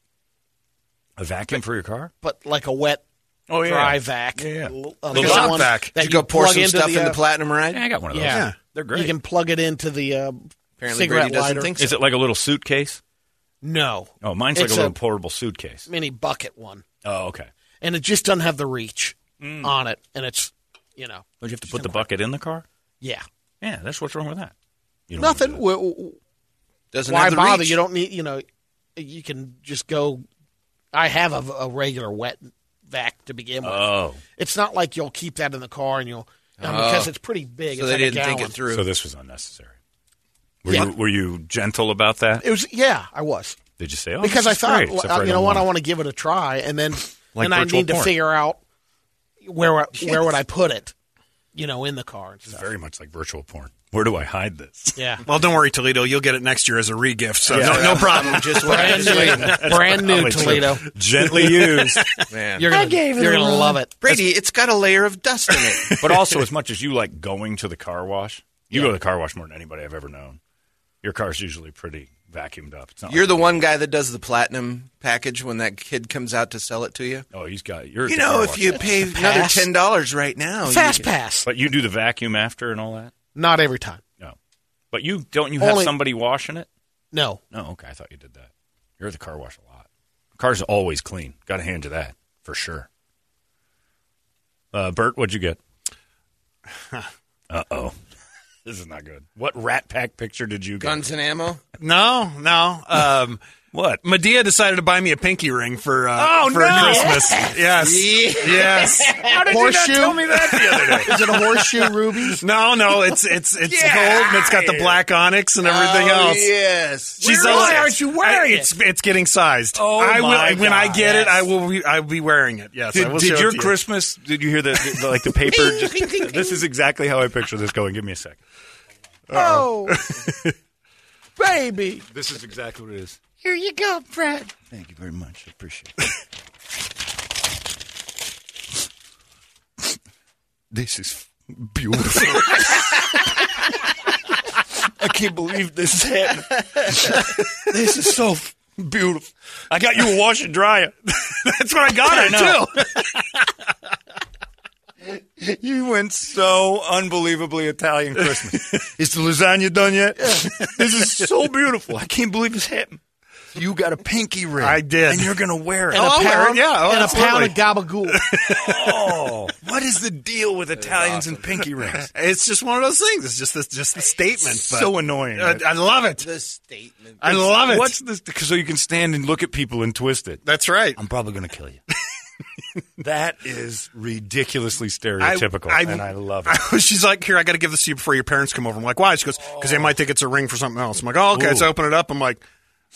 [SPEAKER 3] a vacuum for your car.
[SPEAKER 5] but like a wet,
[SPEAKER 3] Oh, yeah.
[SPEAKER 5] dry vac.
[SPEAKER 3] Yeah, yeah.
[SPEAKER 5] L-
[SPEAKER 3] The
[SPEAKER 5] like
[SPEAKER 3] lock
[SPEAKER 5] one
[SPEAKER 3] vac.
[SPEAKER 5] that
[SPEAKER 6] Did you go pour
[SPEAKER 5] plug
[SPEAKER 6] some
[SPEAKER 5] into
[SPEAKER 6] stuff in the
[SPEAKER 5] uh,
[SPEAKER 6] platinum ride? Yeah,
[SPEAKER 3] I got one of those.
[SPEAKER 5] Yeah.
[SPEAKER 3] Yeah, they're great.
[SPEAKER 5] You can plug it into the uh,
[SPEAKER 6] Apparently
[SPEAKER 5] cigarette
[SPEAKER 6] Brady doesn't
[SPEAKER 5] lighter.
[SPEAKER 6] think
[SPEAKER 3] Is it like a little suitcase?
[SPEAKER 5] No.
[SPEAKER 3] Oh, mine's like
[SPEAKER 5] It's
[SPEAKER 3] a little
[SPEAKER 5] a-
[SPEAKER 3] portable suitcase.
[SPEAKER 5] mini bucket one,
[SPEAKER 3] Oh, okay.
[SPEAKER 5] and it just doesn't have the reach
[SPEAKER 3] Mm.
[SPEAKER 5] on it, and it's you know
[SPEAKER 3] Don't you have to put the bucket in the car?
[SPEAKER 5] yeah
[SPEAKER 3] Yeah, that's what's wrong with that. You don't
[SPEAKER 5] nothing.
[SPEAKER 3] wanna do
[SPEAKER 5] W- w-
[SPEAKER 6] Doesn't
[SPEAKER 5] Why
[SPEAKER 6] have the
[SPEAKER 5] bother?
[SPEAKER 6] reach.
[SPEAKER 5] You don't need you know you can just go. I have a, a regular wet vac to begin
[SPEAKER 3] that.
[SPEAKER 5] with.
[SPEAKER 3] Oh,
[SPEAKER 5] It's not like you'll keep that in the car and you'll you know, because
[SPEAKER 6] Oh.
[SPEAKER 5] it's pretty big.
[SPEAKER 6] So
[SPEAKER 5] it's
[SPEAKER 6] they
[SPEAKER 5] like a
[SPEAKER 6] didn't think
[SPEAKER 5] gallon.
[SPEAKER 6] it through.
[SPEAKER 3] so this was unnecessary. Were
[SPEAKER 5] Yeah.
[SPEAKER 3] you were you gentle about that?
[SPEAKER 5] It was yeah, I was
[SPEAKER 3] Did you say oh,
[SPEAKER 5] because
[SPEAKER 3] this
[SPEAKER 5] I
[SPEAKER 3] is
[SPEAKER 5] thought
[SPEAKER 3] great,
[SPEAKER 5] well,
[SPEAKER 3] except for
[SPEAKER 5] you know
[SPEAKER 3] don't
[SPEAKER 5] what I
[SPEAKER 3] want
[SPEAKER 5] want to give it a try, and then
[SPEAKER 3] Like
[SPEAKER 5] then I
[SPEAKER 3] virtual
[SPEAKER 5] need to
[SPEAKER 3] porn.
[SPEAKER 5] figure out where I, where would I put it, you know, in the car. and
[SPEAKER 3] it. It's
[SPEAKER 5] stuff.
[SPEAKER 3] very much like virtual porn. Where do I hide this?
[SPEAKER 5] Yeah.
[SPEAKER 9] Well, don't worry, Toledo. You'll get it next year as a regift. So
[SPEAKER 3] Yeah.
[SPEAKER 9] no, no problem.
[SPEAKER 6] Just wait.
[SPEAKER 5] brand
[SPEAKER 6] Just wait.
[SPEAKER 5] new, brand new
[SPEAKER 3] Probably true.
[SPEAKER 5] Toledo.
[SPEAKER 3] Gently used,
[SPEAKER 6] Man.
[SPEAKER 5] You're gonna, you're gonna love it.
[SPEAKER 6] Brady, it's got a layer of dust in it.
[SPEAKER 3] but also as much as you like going to the car wash, you go to the car wash more than anybody I've ever known. Your car's usually pretty vacuumed up. It's not
[SPEAKER 6] You're
[SPEAKER 3] like-
[SPEAKER 6] the one guy that does the platinum package when that kid comes out to sell it to you.
[SPEAKER 3] Oh, he's got you're at
[SPEAKER 6] You
[SPEAKER 3] the car
[SPEAKER 6] know, if
[SPEAKER 3] wash.
[SPEAKER 6] you pay another
[SPEAKER 5] Pass.
[SPEAKER 6] ten dollars right now, you
[SPEAKER 5] Fast
[SPEAKER 6] get-
[SPEAKER 5] pass.
[SPEAKER 3] But you do the vacuum after and all that?
[SPEAKER 5] Not every time.
[SPEAKER 3] No. But you don't you have
[SPEAKER 5] Only-
[SPEAKER 3] somebody washing it?
[SPEAKER 5] No.
[SPEAKER 3] No, okay. I thought you did that. You're at the car wash a lot. Car's always clean. Got to hand you that for sure. Uh, Bert, what'd you get? uh oh, this is not good. What Rat Pack picture did you get?
[SPEAKER 6] guns and ammo.
[SPEAKER 9] no, no. Um,
[SPEAKER 3] What?
[SPEAKER 9] Medea decided to buy me a pinky ring for uh,
[SPEAKER 3] Oh,
[SPEAKER 9] for
[SPEAKER 3] no!
[SPEAKER 9] Christmas. Yes, yes.
[SPEAKER 3] How did
[SPEAKER 5] Horseshoe?
[SPEAKER 3] you not tell me that the other day?
[SPEAKER 5] Is it a horseshoe ruby?
[SPEAKER 9] No, no. It's it's it's
[SPEAKER 3] Yeah.
[SPEAKER 9] gold and it's got the black onyx and everything
[SPEAKER 6] Oh,
[SPEAKER 9] else.
[SPEAKER 6] Yes.
[SPEAKER 9] She's
[SPEAKER 3] Where-
[SPEAKER 9] all-
[SPEAKER 3] why aren't you wearing
[SPEAKER 9] It's it's getting sized.
[SPEAKER 3] Oh,
[SPEAKER 9] I will,
[SPEAKER 3] my
[SPEAKER 9] When I
[SPEAKER 3] God.
[SPEAKER 9] get
[SPEAKER 3] Yes.
[SPEAKER 9] it, I will. Re- I'll be wearing it. Yes. I
[SPEAKER 3] Did,
[SPEAKER 9] will
[SPEAKER 3] did
[SPEAKER 9] show it
[SPEAKER 3] your
[SPEAKER 9] to you.
[SPEAKER 3] Christmas? Did you hear the, the like the paper? Just, this is exactly how I picture this going. Give me a sec.
[SPEAKER 5] Oh, baby.
[SPEAKER 3] This is exactly what it is.
[SPEAKER 5] Here you go, Brad.
[SPEAKER 3] Thank you very much. I appreciate it. this is beautiful. I can't believe this happened. this is so f- beautiful. I got you a wash and dryer. That's what I got I know. You went so unbelievably Italian Christmas. is the lasagna done yet? This is so beautiful. I can't believe it's happened. You got a pinky ring.
[SPEAKER 4] I did.
[SPEAKER 3] And you're going to wear it.
[SPEAKER 5] And
[SPEAKER 3] Oh,
[SPEAKER 5] a
[SPEAKER 3] I'll wear
[SPEAKER 5] pound,
[SPEAKER 3] it. Yeah. oh,
[SPEAKER 5] and a pound
[SPEAKER 3] absolutely.
[SPEAKER 5] of gabagool.
[SPEAKER 3] Oh, what is the deal with Italians and pinky rings?
[SPEAKER 9] It's just one of those things. It's just this, just the statement. but-
[SPEAKER 3] so annoying.
[SPEAKER 9] Uh, I love it.
[SPEAKER 6] The statement.
[SPEAKER 9] I love it.
[SPEAKER 3] What's this? So you can stand and look at people and twist it.
[SPEAKER 9] That's right.
[SPEAKER 3] I'm probably going to kill you. that is ridiculously stereotypical, and I love it.
[SPEAKER 9] she's like, "Here, I got to give this to you before your parents come over." I'm like, "Why?" She goes, "Because they might think it's a ring for something else." I'm like, "Oh, okay."
[SPEAKER 3] Ooh.
[SPEAKER 9] Let's open it up. I'm like,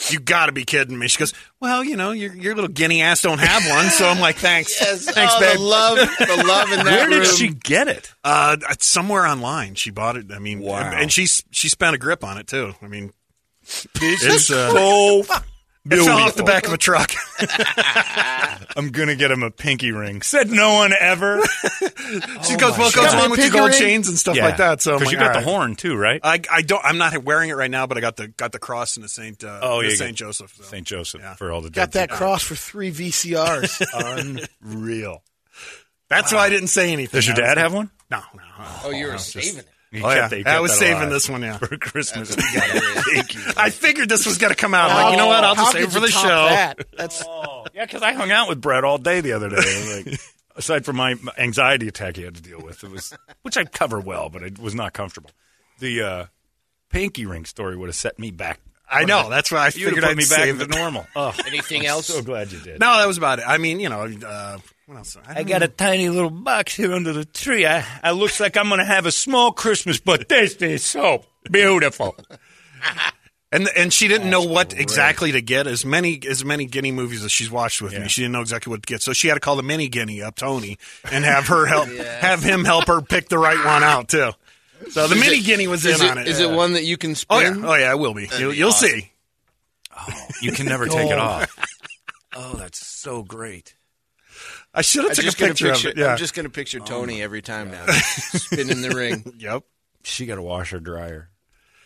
[SPEAKER 9] "You got to be kidding me!" She goes, "Well, you know, your your little guinea ass don't have one." So I'm like, "Thanks,
[SPEAKER 6] Yes.
[SPEAKER 9] thanks,
[SPEAKER 6] Oh, the
[SPEAKER 9] babe."
[SPEAKER 6] love- the love in that Where did room. she
[SPEAKER 3] get it?
[SPEAKER 9] Uh, it's somewhere online. She bought it. I mean, and she's she spent a grip on it too. I mean,
[SPEAKER 3] This
[SPEAKER 9] it's,
[SPEAKER 3] is
[SPEAKER 9] uh,
[SPEAKER 3] so
[SPEAKER 9] It
[SPEAKER 3] beautiful.
[SPEAKER 9] fell off the back of a truck.
[SPEAKER 3] I'm going to get him a pinky ring. Said no one ever.
[SPEAKER 9] she goes, "Well, it goes along with your gold chains and stuff like that." So I'm
[SPEAKER 3] because you
[SPEAKER 9] like,
[SPEAKER 3] got
[SPEAKER 9] all
[SPEAKER 3] the
[SPEAKER 9] right. Uh,
[SPEAKER 3] horn too, right?
[SPEAKER 9] I, I don't. I'm not wearing it right now, but I got the got the cross and the Saint. Uh,
[SPEAKER 3] Oh,
[SPEAKER 9] the
[SPEAKER 3] yeah,
[SPEAKER 9] Saint
[SPEAKER 3] good.
[SPEAKER 9] Joseph. So.
[SPEAKER 3] St. Joseph for all the
[SPEAKER 5] Got
[SPEAKER 3] dead
[SPEAKER 5] that cross for three VCRs.
[SPEAKER 3] people. Unreal.
[SPEAKER 9] That's why I didn't say anything.
[SPEAKER 3] Does your
[SPEAKER 9] I was
[SPEAKER 3] dad
[SPEAKER 9] like,
[SPEAKER 3] have one?
[SPEAKER 9] No, no.
[SPEAKER 6] Oh, you were
[SPEAKER 3] Wow, just-
[SPEAKER 6] saving it.
[SPEAKER 3] He
[SPEAKER 9] Oh, yeah.
[SPEAKER 3] kept it- he
[SPEAKER 9] I
[SPEAKER 3] kept
[SPEAKER 9] was
[SPEAKER 3] that
[SPEAKER 9] saving
[SPEAKER 3] alive
[SPEAKER 9] this one, yeah.
[SPEAKER 3] for Christmas.
[SPEAKER 9] I figured this was going to come out. I'm like, you know what? I'll
[SPEAKER 5] Oh, How
[SPEAKER 9] just
[SPEAKER 5] could
[SPEAKER 9] save it for
[SPEAKER 5] you
[SPEAKER 9] the
[SPEAKER 5] top
[SPEAKER 9] show.
[SPEAKER 5] That? That's
[SPEAKER 3] Oh. Yeah, because I hung out with Brett all day the other day. It was like, aside from my anxiety attack he had to deal with, it was which I cover well, but it was not comfortable. The uh, pinky ring story would have set me back.
[SPEAKER 9] I know. That's why I
[SPEAKER 3] You would
[SPEAKER 9] figured
[SPEAKER 3] have put
[SPEAKER 9] I'd
[SPEAKER 3] me back
[SPEAKER 9] save
[SPEAKER 3] to
[SPEAKER 9] it.
[SPEAKER 3] normal. Oh,
[SPEAKER 6] Anything
[SPEAKER 3] I'm
[SPEAKER 6] else?
[SPEAKER 3] So glad you did.
[SPEAKER 9] No, that was about it. I mean, you know, uh, what else? I, don't know.
[SPEAKER 3] tiny little box here under the tree. I, I looks like I'm going to have a small Christmas, but this is so beautiful.
[SPEAKER 9] And and she didn't know what exactly to get. As many as many guinea movies as she's watched with me, she didn't know exactly what to get. So she had to call the mini guinea up Tony and have her help have him help her pick the right one out too. So the mini guinea was
[SPEAKER 6] Is
[SPEAKER 9] in on
[SPEAKER 6] it,
[SPEAKER 9] it.
[SPEAKER 6] is it one that you can spin?
[SPEAKER 9] Oh yeah, oh yeah, it will be. You'll,
[SPEAKER 6] be
[SPEAKER 9] you'll
[SPEAKER 6] awesome.
[SPEAKER 9] see.
[SPEAKER 3] You can never take it off. Oh, that's so great.
[SPEAKER 9] I should have
[SPEAKER 6] I'm
[SPEAKER 9] took a
[SPEAKER 6] just gonna
[SPEAKER 9] picture,
[SPEAKER 6] picture.
[SPEAKER 9] of it. Yeah.
[SPEAKER 6] I'm just gonna picture Tony every time now, spinning the ring.
[SPEAKER 9] yep.
[SPEAKER 3] She got a washer dryer.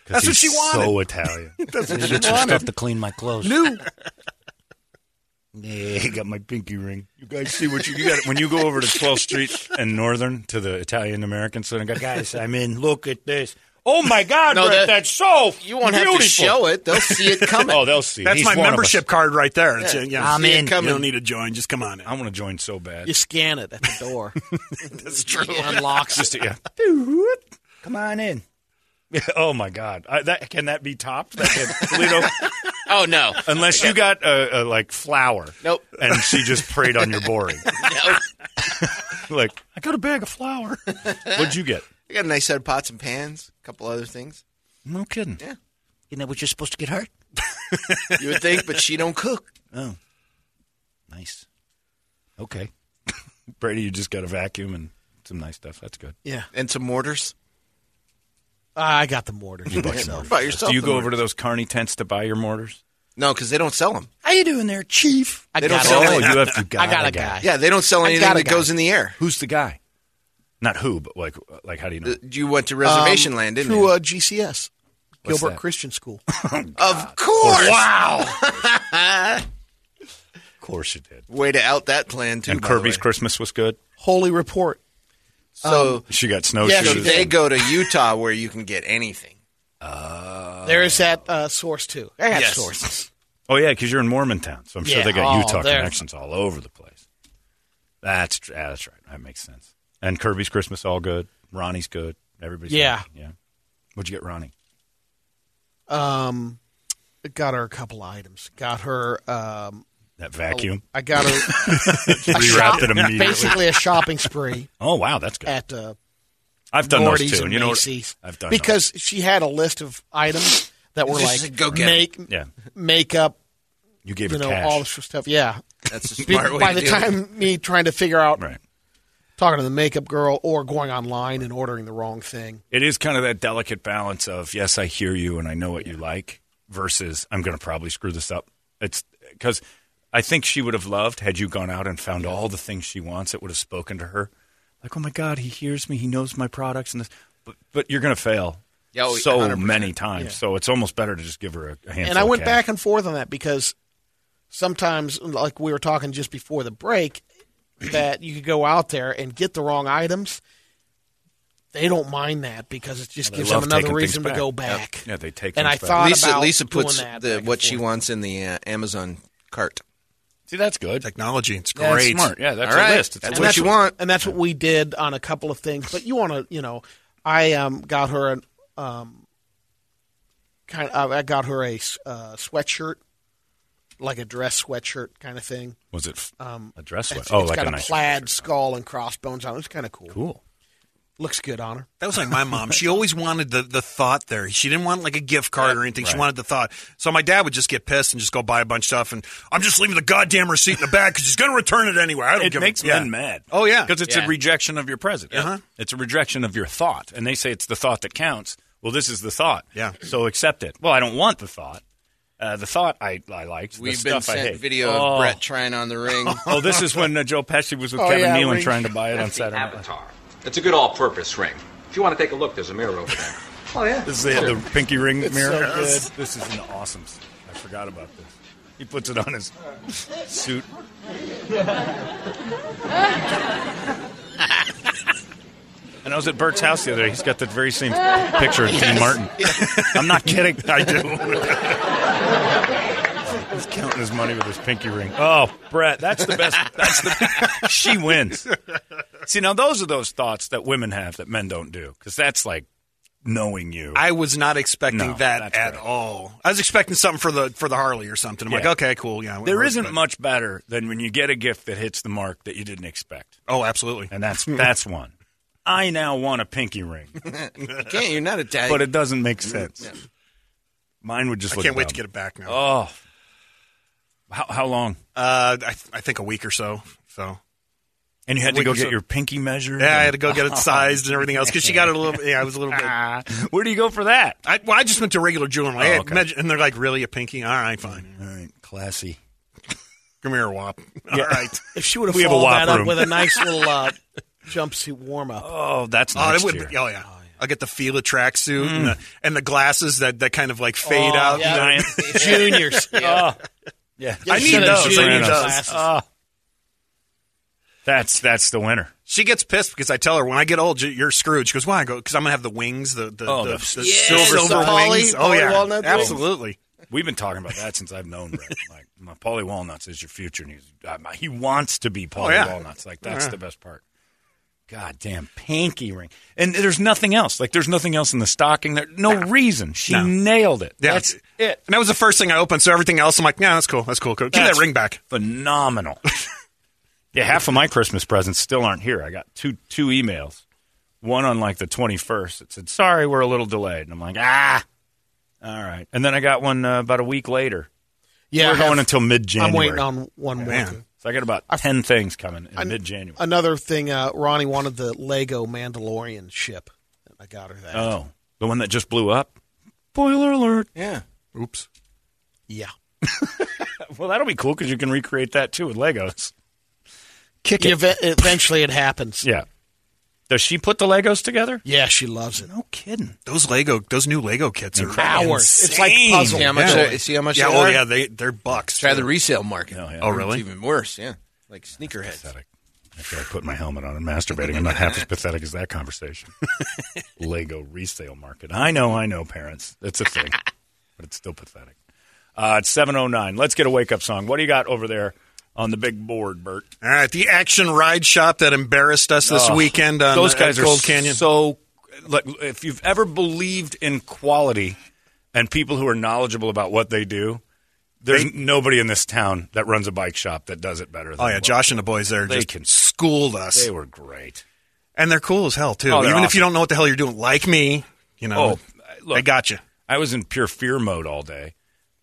[SPEAKER 3] 'Cause
[SPEAKER 9] That's what
[SPEAKER 3] he's
[SPEAKER 9] she wanted.
[SPEAKER 3] So Italian.
[SPEAKER 9] That's what she
[SPEAKER 3] Get your
[SPEAKER 9] wanted.
[SPEAKER 3] stuff to clean my clothes.
[SPEAKER 9] New.
[SPEAKER 3] Yeah, I got my pinky ring. You guys see what you, you got? When you go over to 12th Street and Northern to the Italian American Center, go, guys, I'm in. Look at this. Oh my God,
[SPEAKER 6] No,
[SPEAKER 3] Brett,
[SPEAKER 6] that-
[SPEAKER 3] that's so
[SPEAKER 6] You won't
[SPEAKER 3] beautiful.
[SPEAKER 6] have to show it; they'll see it coming.
[SPEAKER 3] Oh, they'll see.
[SPEAKER 9] That's
[SPEAKER 3] He's
[SPEAKER 9] my
[SPEAKER 3] one of us.
[SPEAKER 9] membership card right there. It's,
[SPEAKER 6] Yeah.
[SPEAKER 9] yeah,
[SPEAKER 6] I'm
[SPEAKER 9] you
[SPEAKER 6] in.
[SPEAKER 9] Come you
[SPEAKER 6] in.
[SPEAKER 9] don't need to join. Just come on in.
[SPEAKER 3] I want to join so bad.
[SPEAKER 5] you scan it at the door.
[SPEAKER 9] That's true.
[SPEAKER 5] It unlocks
[SPEAKER 3] Just to- yeah. Come on in. Yeah, Oh my God! I, that can that be topped? That can, Toledo,
[SPEAKER 6] Oh no,
[SPEAKER 3] unless you got a, a like flour.
[SPEAKER 6] Nope.
[SPEAKER 3] And she just preyed on your boring.
[SPEAKER 6] no.
[SPEAKER 3] Like I got a bag of flour. What'd you get?
[SPEAKER 6] I got a nice set of pots and pans, a couple other things.
[SPEAKER 3] No kidding.
[SPEAKER 6] Yeah.
[SPEAKER 3] Isn't that what you're supposed to get hurt?
[SPEAKER 6] You would think, but she don't cook.
[SPEAKER 3] Oh. Nice. Okay. Brady, you just got a vacuum and some nice stuff. That's good.
[SPEAKER 5] yeah,
[SPEAKER 6] And some mortars.
[SPEAKER 3] Ah,
[SPEAKER 5] I got the mortar for
[SPEAKER 6] What
[SPEAKER 5] myself.
[SPEAKER 6] about yourself?
[SPEAKER 3] Do you
[SPEAKER 6] the
[SPEAKER 3] go
[SPEAKER 6] mortar?
[SPEAKER 3] over to those carny tents to buy your mortars?
[SPEAKER 6] No, because they don't sell them.
[SPEAKER 3] How you doing there, Chief?
[SPEAKER 5] I
[SPEAKER 6] They don't
[SPEAKER 5] got
[SPEAKER 6] sell
[SPEAKER 5] it.
[SPEAKER 6] it.
[SPEAKER 3] Oh, you have to got
[SPEAKER 5] I got
[SPEAKER 3] a
[SPEAKER 5] a guy.
[SPEAKER 6] Yeah, they don't sell
[SPEAKER 5] I've
[SPEAKER 6] anything
[SPEAKER 5] got a
[SPEAKER 6] that
[SPEAKER 5] guy.
[SPEAKER 6] goes in the air.
[SPEAKER 3] Who's the guy? Not who, but like like how do you know?
[SPEAKER 6] Uh, You went to reservation land, didn't
[SPEAKER 5] through
[SPEAKER 6] you?
[SPEAKER 5] uh, GCS,
[SPEAKER 3] Um, What's
[SPEAKER 5] Gilbert
[SPEAKER 3] that?
[SPEAKER 5] Christian School.
[SPEAKER 6] of course. Wow.
[SPEAKER 3] of course you did.
[SPEAKER 6] Way to out that plan too.
[SPEAKER 3] and
[SPEAKER 6] by the
[SPEAKER 3] Kirby's
[SPEAKER 6] way.
[SPEAKER 3] Christmas was good.
[SPEAKER 5] Holy report.
[SPEAKER 6] So
[SPEAKER 3] She got
[SPEAKER 5] yeah,
[SPEAKER 3] snowshoes.
[SPEAKER 6] so
[SPEAKER 5] she
[SPEAKER 6] they
[SPEAKER 3] and-
[SPEAKER 6] go to Utah where you can get anything.
[SPEAKER 5] there is that uh, source too. I got
[SPEAKER 6] Yes.
[SPEAKER 5] sources.
[SPEAKER 3] oh yeah, because you're in Mormontown, so I'm sure
[SPEAKER 5] Yeah,
[SPEAKER 3] they got
[SPEAKER 5] oh,
[SPEAKER 3] Utah
[SPEAKER 5] they're-
[SPEAKER 3] connections all over the place. That's tr- yeah, that's right. That makes sense. And Kirby's Christmas all good. Ronnie's good. Everybody's
[SPEAKER 5] Yeah.
[SPEAKER 3] happy. yeah. What'd you get, Ronnie?
[SPEAKER 5] Um, got her a couple items. Got her. Um,
[SPEAKER 3] That vacuum.
[SPEAKER 5] I got her
[SPEAKER 3] Rewrapped
[SPEAKER 5] Oh, shop-
[SPEAKER 3] it immediately.
[SPEAKER 5] basically a shopping spree
[SPEAKER 3] oh wow, that's good.
[SPEAKER 5] at uh,
[SPEAKER 3] I've done
[SPEAKER 5] Morty's
[SPEAKER 3] those too.
[SPEAKER 5] and
[SPEAKER 3] and you know, what?
[SPEAKER 5] Macy's
[SPEAKER 3] I've done
[SPEAKER 5] because she had a list of items that were
[SPEAKER 6] Just
[SPEAKER 5] like
[SPEAKER 6] go get 'em.
[SPEAKER 5] make
[SPEAKER 3] those. yeah,
[SPEAKER 5] makeup,
[SPEAKER 3] you gave
[SPEAKER 5] you
[SPEAKER 3] her
[SPEAKER 5] know,
[SPEAKER 3] cash.
[SPEAKER 5] all this stuff. Yeah.
[SPEAKER 6] That's the
[SPEAKER 5] Be-
[SPEAKER 6] smart way
[SPEAKER 5] by
[SPEAKER 6] to
[SPEAKER 5] the
[SPEAKER 6] do it.
[SPEAKER 5] time me trying to figure out
[SPEAKER 3] right.
[SPEAKER 5] talking to the makeup girl or going online and ordering the wrong thing.
[SPEAKER 3] It is kind of that delicate balance of yes, I hear you and I know what you like versus I'm going to probably screw this up. It's because I think she would have loved had you gone out and found all the things she wants. It would have spoken to her like, oh my god, he hears me, he knows my products and this. But but you're going to fail.
[SPEAKER 6] Yeah, oh,
[SPEAKER 3] so
[SPEAKER 6] 100%.
[SPEAKER 3] many times.
[SPEAKER 5] Yeah.
[SPEAKER 3] So it's almost better to just give her a, a handful.
[SPEAKER 5] and I
[SPEAKER 3] of
[SPEAKER 5] went
[SPEAKER 3] cash.
[SPEAKER 5] back and forth on that because sometimes, like we were talking just before the break, that you could go out there and get the wrong items, they don't mind that because it just
[SPEAKER 6] They
[SPEAKER 5] gives
[SPEAKER 6] love
[SPEAKER 5] them another
[SPEAKER 6] taking
[SPEAKER 5] reason
[SPEAKER 6] things
[SPEAKER 5] to
[SPEAKER 6] back.
[SPEAKER 5] go back.
[SPEAKER 3] Yeah, they take
[SPEAKER 5] And I
[SPEAKER 3] things back.
[SPEAKER 5] thought
[SPEAKER 6] Lisa,
[SPEAKER 5] about
[SPEAKER 6] Lisa
[SPEAKER 5] doing
[SPEAKER 6] puts
[SPEAKER 5] that
[SPEAKER 6] the,
[SPEAKER 5] back and
[SPEAKER 6] what she wants in the uh, Amazon cart.
[SPEAKER 3] See, that's good.
[SPEAKER 9] Technology, it's
[SPEAKER 6] Yeah, it's smart. Yeah, that's All a right. list. It's
[SPEAKER 5] And
[SPEAKER 6] what you want.
[SPEAKER 5] and that's what we did on a couple of things. But you want to, you know, I um, got her an um, kind of, I got her a s- uh, sweatshirt, like a dress sweatshirt kind of thing.
[SPEAKER 3] Was it f-
[SPEAKER 5] um,
[SPEAKER 3] a dress
[SPEAKER 5] it's-
[SPEAKER 3] sweat- oh,
[SPEAKER 5] it's
[SPEAKER 3] like
[SPEAKER 5] got
[SPEAKER 3] a
[SPEAKER 5] a,
[SPEAKER 3] nice
[SPEAKER 5] plaid skull and crossbones on. it. It's kind of cool.
[SPEAKER 3] Cool.
[SPEAKER 5] Looks good on her.
[SPEAKER 9] That was like my mom. She always wanted the, the thought there. She didn't want like a gift card or anything. She
[SPEAKER 5] Right.
[SPEAKER 9] wanted the thought. So my dad would just get pissed and just go buy a bunch of stuff. And I'm just leaving the goddamn receipt in the bag because he's going to return it anyway. I don't
[SPEAKER 3] it
[SPEAKER 9] give
[SPEAKER 3] makes
[SPEAKER 9] a, yeah.
[SPEAKER 3] men mad.
[SPEAKER 9] Oh yeah,
[SPEAKER 3] because it's a rejection of your present. Uh-huh. It's a rejection of your thought, and they say it's the thought that counts. Well, this is the thought. Yeah. So accept it. Well, I don't want the thought. Uh, the thought I, I liked. the
[SPEAKER 6] We've been
[SPEAKER 3] stuff I
[SPEAKER 6] sent
[SPEAKER 3] hate.
[SPEAKER 6] video
[SPEAKER 3] oh.
[SPEAKER 6] of Brett trying on the ring.
[SPEAKER 3] oh, this is when uh, Joe Pesci was with
[SPEAKER 6] Oh,
[SPEAKER 3] Kevin
[SPEAKER 6] yeah,
[SPEAKER 3] Nealon
[SPEAKER 6] ring.
[SPEAKER 3] trying to buy it on
[SPEAKER 11] That's the
[SPEAKER 3] Saturday. Night Live.
[SPEAKER 11] Avatar. It's a good all-purpose ring. If you want to take a look, there's a mirror over there.
[SPEAKER 3] Oh yeah. This is the,
[SPEAKER 11] Sure.
[SPEAKER 3] the pinky ring
[SPEAKER 11] It's
[SPEAKER 3] mirror.
[SPEAKER 11] so good.
[SPEAKER 3] This is an awesome. s- I forgot about this. He puts it on his suit. And I was at Bert's house the other day. He's got that very same picture of Dean
[SPEAKER 2] Yes.
[SPEAKER 3] Martin. I'm not kidding. I do. He's counting his money with his pinky ring. Oh, Brett, that's the best. That's the she wins. See, now those are those thoughts that women have that men don't do because that's like knowing you.
[SPEAKER 9] I was not expecting
[SPEAKER 3] No,
[SPEAKER 9] that
[SPEAKER 3] that's
[SPEAKER 9] at all. I was expecting something for the for the Harley or something. I'm like,
[SPEAKER 3] Yeah.
[SPEAKER 9] okay, cool. Yeah,
[SPEAKER 3] There
[SPEAKER 9] we're
[SPEAKER 3] isn't
[SPEAKER 9] expecting-
[SPEAKER 3] much better than when you get a gift that hits the mark that you didn't expect.
[SPEAKER 9] Oh, absolutely.
[SPEAKER 3] And that's that's one. I now want a pinky ring,
[SPEAKER 6] you can't. You're not a dad.
[SPEAKER 3] but it doesn't make sense. Mine would just.
[SPEAKER 9] I
[SPEAKER 3] look
[SPEAKER 9] can't wait
[SPEAKER 3] dumb.
[SPEAKER 9] to get it back now.
[SPEAKER 3] um, Oh, how how long?
[SPEAKER 9] Uh, I, th- I think a week or so. So.
[SPEAKER 3] And you had
[SPEAKER 9] A
[SPEAKER 3] to
[SPEAKER 9] week
[SPEAKER 3] go
[SPEAKER 9] or
[SPEAKER 3] get
[SPEAKER 9] so.
[SPEAKER 3] your pinky measured.
[SPEAKER 9] Yeah, I had
[SPEAKER 3] and-
[SPEAKER 9] to go get it sized and everything else because she got it a little. Yeah, I was a little bit.
[SPEAKER 3] Where do you go for that?
[SPEAKER 9] I, well, I just went to regular jeweler.
[SPEAKER 3] Oh,
[SPEAKER 9] I had
[SPEAKER 3] okay.
[SPEAKER 9] med- and they're like, "Really, a pinky? All right, fine.
[SPEAKER 3] All right, classy.
[SPEAKER 9] Come here, wop.
[SPEAKER 3] Yeah.
[SPEAKER 9] All right.
[SPEAKER 5] If she would have
[SPEAKER 3] We have a
[SPEAKER 5] followed
[SPEAKER 3] WAP
[SPEAKER 5] that up
[SPEAKER 3] room.
[SPEAKER 5] with a nice little uh, jumpsuit warm up.
[SPEAKER 3] Oh, that's
[SPEAKER 9] Oh,
[SPEAKER 3] next
[SPEAKER 9] it would
[SPEAKER 3] year. Mm.
[SPEAKER 9] be- oh yeah. I'll get the Fila tracksuit and, the, and the glasses that, that kind of like fade
[SPEAKER 5] Oh,
[SPEAKER 9] out. uh,
[SPEAKER 5] yeah. Giant. Juniors.
[SPEAKER 3] Yeah. Yeah.
[SPEAKER 9] I need
[SPEAKER 3] Should've
[SPEAKER 9] those. I need
[SPEAKER 3] Sopranos.
[SPEAKER 9] those.
[SPEAKER 3] Oh. That's that's the winner.
[SPEAKER 9] She gets pissed because I tell her when I get old, you- you're screwed. She goes, "Why?" I go, "Because I'm gonna have the wings, the the,
[SPEAKER 3] Oh,
[SPEAKER 9] the,
[SPEAKER 3] the-
[SPEAKER 9] the
[SPEAKER 3] Yes,
[SPEAKER 9] silver
[SPEAKER 3] the
[SPEAKER 9] silver
[SPEAKER 3] poly-
[SPEAKER 9] wings. Oh
[SPEAKER 3] poly
[SPEAKER 9] yeah,
[SPEAKER 3] walnut wings.
[SPEAKER 9] absolutely.
[SPEAKER 3] We've been talking about that since I've known Brett. Like, my Polly Walnuts is your future, and he's, uh, my- he wants to be Polly
[SPEAKER 9] yeah.
[SPEAKER 3] Walnuts. Like that's
[SPEAKER 9] Yeah.
[SPEAKER 3] the best part. God damn pinky ring, and there's nothing else. Like there's nothing else in the stocking. There, no reason. She
[SPEAKER 9] No.
[SPEAKER 3] nailed it.
[SPEAKER 9] Yeah.
[SPEAKER 3] That's it.
[SPEAKER 9] And that was the first thing I opened. So everything else, I'm like, "Yeah, that's cool. That's cool. Give
[SPEAKER 3] That's
[SPEAKER 9] that ring back."
[SPEAKER 3] Phenomenal. yeah, half of my Christmas presents still aren't here. I got two two emails. One on like the 21st. It said, "Sorry, we're a little delayed," and I'm like, "Ah, all right." And then I got one uh, about a week later. we're
[SPEAKER 5] Yeah, I have-
[SPEAKER 3] going until mid January.
[SPEAKER 5] I'm waiting on one more.
[SPEAKER 3] Man. So I got about ten things coming in mid January.
[SPEAKER 5] Another thing, uh, Ronnie wanted the Lego Mandalorian ship. I got her that.
[SPEAKER 3] Oh, the one that just blew up. Spoiler alert.
[SPEAKER 6] Yeah.
[SPEAKER 9] Oops.
[SPEAKER 5] Yeah.
[SPEAKER 3] Well, that'll be cool because you can recreate that too with Legos.
[SPEAKER 5] Kick it. eventually, it happens.
[SPEAKER 3] Yeah. Does she put the Legos together?
[SPEAKER 5] Yeah, she loves it.
[SPEAKER 3] No kidding.
[SPEAKER 9] Those Lego, those new Lego kits are
[SPEAKER 5] Hours.
[SPEAKER 9] insane.
[SPEAKER 5] It's like puzzle.
[SPEAKER 6] See how much?
[SPEAKER 9] Yeah.
[SPEAKER 6] They, see how much?
[SPEAKER 9] Yeah,
[SPEAKER 6] They
[SPEAKER 9] oh
[SPEAKER 6] are?
[SPEAKER 9] yeah, they they're bucks.
[SPEAKER 6] Try the resale market.
[SPEAKER 9] Oh, really?
[SPEAKER 6] It's even worse. Yeah, like sneakerheads.
[SPEAKER 3] I feel like putting my helmet on and masturbating. I'm not half as pathetic as that conversation. Lego resale market. I know, I know, parents. It's a thing, but it's still pathetic. Uh, it's 7.09. Let's get a wake up song. What do you got over there on the big board, Bert?
[SPEAKER 9] All right, the action ride shop that embarrassed us this
[SPEAKER 3] Oh,
[SPEAKER 9] weekend on
[SPEAKER 3] those
[SPEAKER 9] at
[SPEAKER 3] guys
[SPEAKER 9] Gold
[SPEAKER 3] are
[SPEAKER 9] Canyon.
[SPEAKER 3] So, look, if you've ever believed in quality and people who are knowledgeable about what they do, there's nobody in this town that runs a bike shop that does it better. Than
[SPEAKER 9] oh yeah,
[SPEAKER 3] what-
[SPEAKER 9] Josh and the boys there
[SPEAKER 3] They
[SPEAKER 9] just
[SPEAKER 3] can-
[SPEAKER 9] schooled us.
[SPEAKER 3] They were great.
[SPEAKER 9] and they're cool as hell too.
[SPEAKER 3] Oh,
[SPEAKER 9] Even
[SPEAKER 3] they're
[SPEAKER 9] if you don't know what the hell you're doing, like me, you know,
[SPEAKER 3] Oh, look,
[SPEAKER 9] they got you.
[SPEAKER 3] I was in pure fear mode all day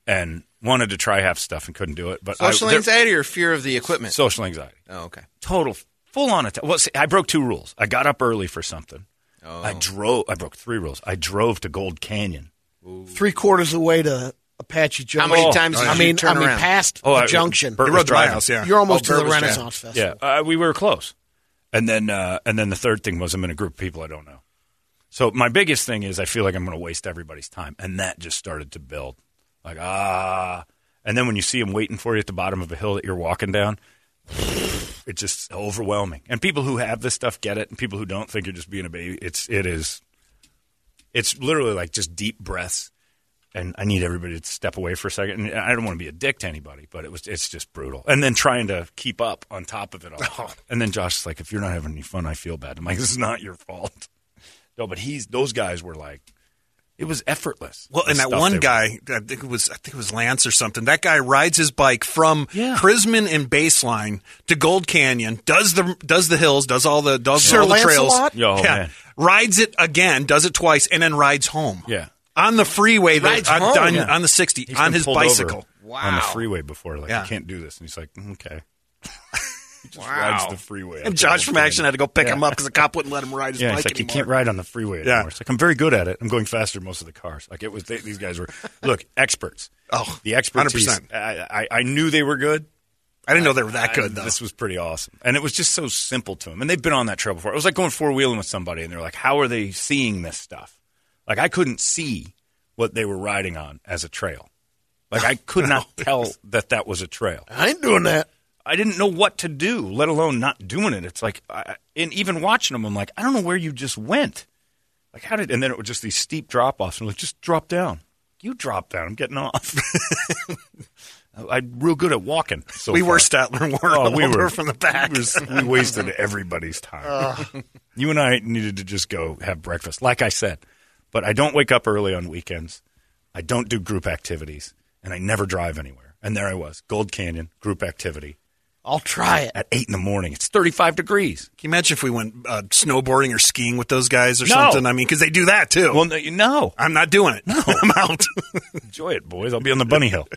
[SPEAKER 3] and wanted to try half stuff and couldn't do it. But
[SPEAKER 6] Social
[SPEAKER 3] I, they're-
[SPEAKER 6] anxiety or fear of the equipment?
[SPEAKER 3] Social anxiety.
[SPEAKER 6] oh, okay.
[SPEAKER 3] Total, full on attack. Well, see, I broke two rules. I got up early for something.
[SPEAKER 9] Oh.
[SPEAKER 3] I drove. I broke three rules. I drove to Gold Canyon.
[SPEAKER 5] Three quarters of the way to Apache Junction.
[SPEAKER 9] Oh,
[SPEAKER 6] many times did
[SPEAKER 5] I
[SPEAKER 6] you
[SPEAKER 5] mean,
[SPEAKER 6] turn
[SPEAKER 5] I mean,
[SPEAKER 6] around?
[SPEAKER 5] past
[SPEAKER 3] Oh,
[SPEAKER 5] the
[SPEAKER 3] I-
[SPEAKER 5] junction.
[SPEAKER 3] Bert You was rode to my driving. house, yeah.
[SPEAKER 5] You're almost
[SPEAKER 3] Oh,
[SPEAKER 5] to
[SPEAKER 3] Bert
[SPEAKER 5] the
[SPEAKER 3] was driving.
[SPEAKER 5] Renaissance Festival.
[SPEAKER 3] Yeah, uh, we were close. And then, uh, and then the third thing was I'm in a group of people I don't know. So my biggest thing is I feel like I'm going to waste everybody's time, and that just started to build. Like ah, and then when you see them waiting for you at the bottom of a hill that you're walking down, It's just overwhelming. And people who have this stuff get it, and people who don't think you're just being a baby. It's it is. It's literally like just deep breaths, and I need everybody to step away for a second. And I don't want to be a dick to anybody, but it was it's just brutal. And then trying to keep up on top of it all.
[SPEAKER 9] Oh.
[SPEAKER 3] And then Josh is like, "If you're not having any fun, I feel bad." I'm like, "This is not your fault." No, but he's those guys were like, it was effortless.
[SPEAKER 9] Well,
[SPEAKER 3] The
[SPEAKER 9] and that
[SPEAKER 3] stuff they
[SPEAKER 9] one
[SPEAKER 3] were-
[SPEAKER 9] guy, I think it was, I think it was Lance or something. That guy rides his bike from Crisman and Baseline to Gold Canyon, does the does the hills, does all the does
[SPEAKER 3] Sir
[SPEAKER 9] all the trails,
[SPEAKER 3] Lancelot? Oh, man.
[SPEAKER 9] rides it again, does it twice, and then rides home.
[SPEAKER 3] Yeah.
[SPEAKER 9] on the freeway, that,
[SPEAKER 3] Rides
[SPEAKER 9] on,
[SPEAKER 3] home?
[SPEAKER 9] on,
[SPEAKER 3] Yeah.
[SPEAKER 9] on the sixty,
[SPEAKER 3] He's
[SPEAKER 9] on
[SPEAKER 3] been
[SPEAKER 9] his
[SPEAKER 3] pulled over
[SPEAKER 9] bicycle.
[SPEAKER 3] on the freeway before. Like,
[SPEAKER 9] Yeah.
[SPEAKER 3] I can't do this, and he's like, "Mm, okay. He just
[SPEAKER 9] Wow.
[SPEAKER 3] rides the freeway.
[SPEAKER 9] And Josh from Action had to go pick him up because the cop wouldn't let him ride his
[SPEAKER 3] Yeah,
[SPEAKER 9] bike
[SPEAKER 3] it's like you
[SPEAKER 9] anymore.
[SPEAKER 3] can't ride on the freeway anymore.
[SPEAKER 9] Yeah.
[SPEAKER 3] It's like I'm very good at it. I'm going faster than most of the cars. Like it was, they, these guys were look experts.
[SPEAKER 9] Oh,
[SPEAKER 3] the expertise.
[SPEAKER 9] 100%.
[SPEAKER 3] I, I I knew they were good.
[SPEAKER 9] I didn't know they were
[SPEAKER 6] Uh,
[SPEAKER 9] that good, though.
[SPEAKER 3] This was pretty awesome, and it was just so simple to them. And they've been on that trail before. It was like going four wheeling with somebody, and they're like, "How are they seeing this stuff?" Like I couldn't see what they were riding on as a trail. Like I could not tell that that was a trail.
[SPEAKER 5] I ain't doing that.
[SPEAKER 3] I didn't know what to do, let alone not doing it. It's like, I, and even watching them, I'm like, I don't know where you just went. Like, how did? And then it was just these steep drop offs, and I'm like, just drop down. You drop down. I'm getting off. I- I'm real good at walking. So
[SPEAKER 9] We Oh, were
[SPEAKER 3] far.
[SPEAKER 9] Statler and Warren all over from the back.
[SPEAKER 3] Oh, We, was- we wasted everybody's time. you and I needed to just go have breakfast, like I said. But I don't wake up early on weekends. I don't do group activities, and I never drive anywhere. And there I was, Gold Canyon group activity.
[SPEAKER 5] I'll try it
[SPEAKER 3] at eight in the morning. It's thirty-five degrees.
[SPEAKER 9] Can you imagine if we went uh, snowboarding or skiing with those guys or
[SPEAKER 3] No.
[SPEAKER 9] something? I mean, because they do that too. Well,
[SPEAKER 3] no,
[SPEAKER 9] I'm not doing it. No, I'm out.
[SPEAKER 3] Enjoy it, boys. I'll be on the bunny hill.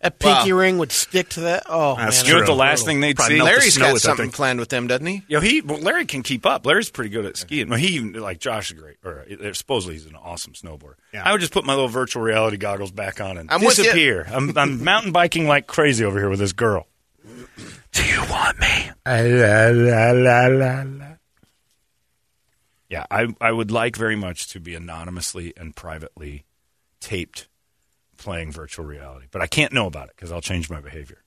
[SPEAKER 5] That pinky ring would stick to that. Oh, man,
[SPEAKER 3] You know what
[SPEAKER 5] that's
[SPEAKER 3] the last
[SPEAKER 5] brutal.
[SPEAKER 3] thing they'd
[SPEAKER 9] Probably
[SPEAKER 3] see?
[SPEAKER 9] melt the Larry's snow got with that
[SPEAKER 6] something thing. planned with them, doesn't he?
[SPEAKER 3] Yo, he well, Larry can keep up. Larry's pretty good at skiing. Well, he even like Josh is great, or uh, supposedly he's an awesome snowboarder. I would just put my little virtual reality goggles back on and
[SPEAKER 6] I'm with ya.
[SPEAKER 3] disappear. I'm, I'm mountain biking like crazy over here with this girl. Yeah, I, I would like very much to be anonymously and privately taped playing virtual reality, but I can't know about it because I'll change my behavior.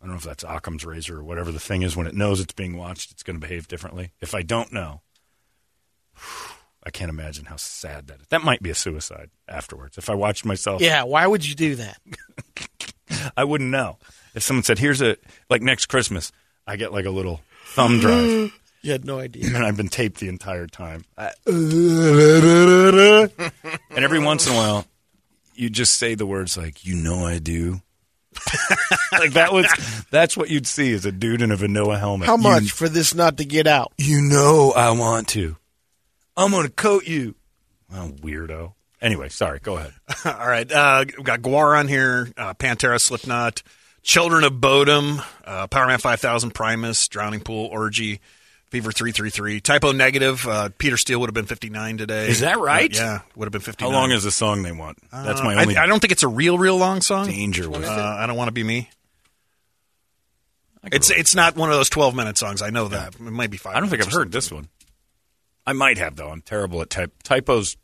[SPEAKER 3] I don't know if that's Occam's razor or whatever the thing is. When it knows it's being watched, it's going to behave differently. If I don't know, I can't imagine how sad that is. That might be a suicide afterwards. If I watched myself,
[SPEAKER 5] Yeah, why would you do that?
[SPEAKER 3] I wouldn't know. If someone said, "Here's a like next Christmas," I get like a little thumb drive.
[SPEAKER 5] you had no idea.
[SPEAKER 3] and I've been taped the entire time. I- and every once in a while, you just say the words like, "You know I do." like that was that's what you'd see is a dude in a vanilla helmet.
[SPEAKER 5] How
[SPEAKER 3] You-
[SPEAKER 5] much for this not to get out?
[SPEAKER 3] You know I want to. I'm gonna coat you. Well, weirdo. Anyway, sorry. Go ahead.
[SPEAKER 9] All right. Uh, we've got Guar on here, uh, Pantera, Slipknot, Children of Bodom, uh, Power Man 5000, Primus, Drowning Pool, Orgy, Fever 333, Typo Negative. Uh, Peter Steele would have been 59 today.
[SPEAKER 3] Is that right?
[SPEAKER 9] Uh, yeah, would have been 59.
[SPEAKER 3] How long is the song they want? That's my
[SPEAKER 9] Uh, I-
[SPEAKER 3] only.
[SPEAKER 9] I, don't think it's a real, real long song.
[SPEAKER 3] Danger was-
[SPEAKER 9] Uh, I don't want to be me. It's it's not one of those 12 minute songs. I know that. It might be five.
[SPEAKER 3] I don't think I've
[SPEAKER 9] minutes or
[SPEAKER 3] heard this one. I might have though. I'm terrible at type typos.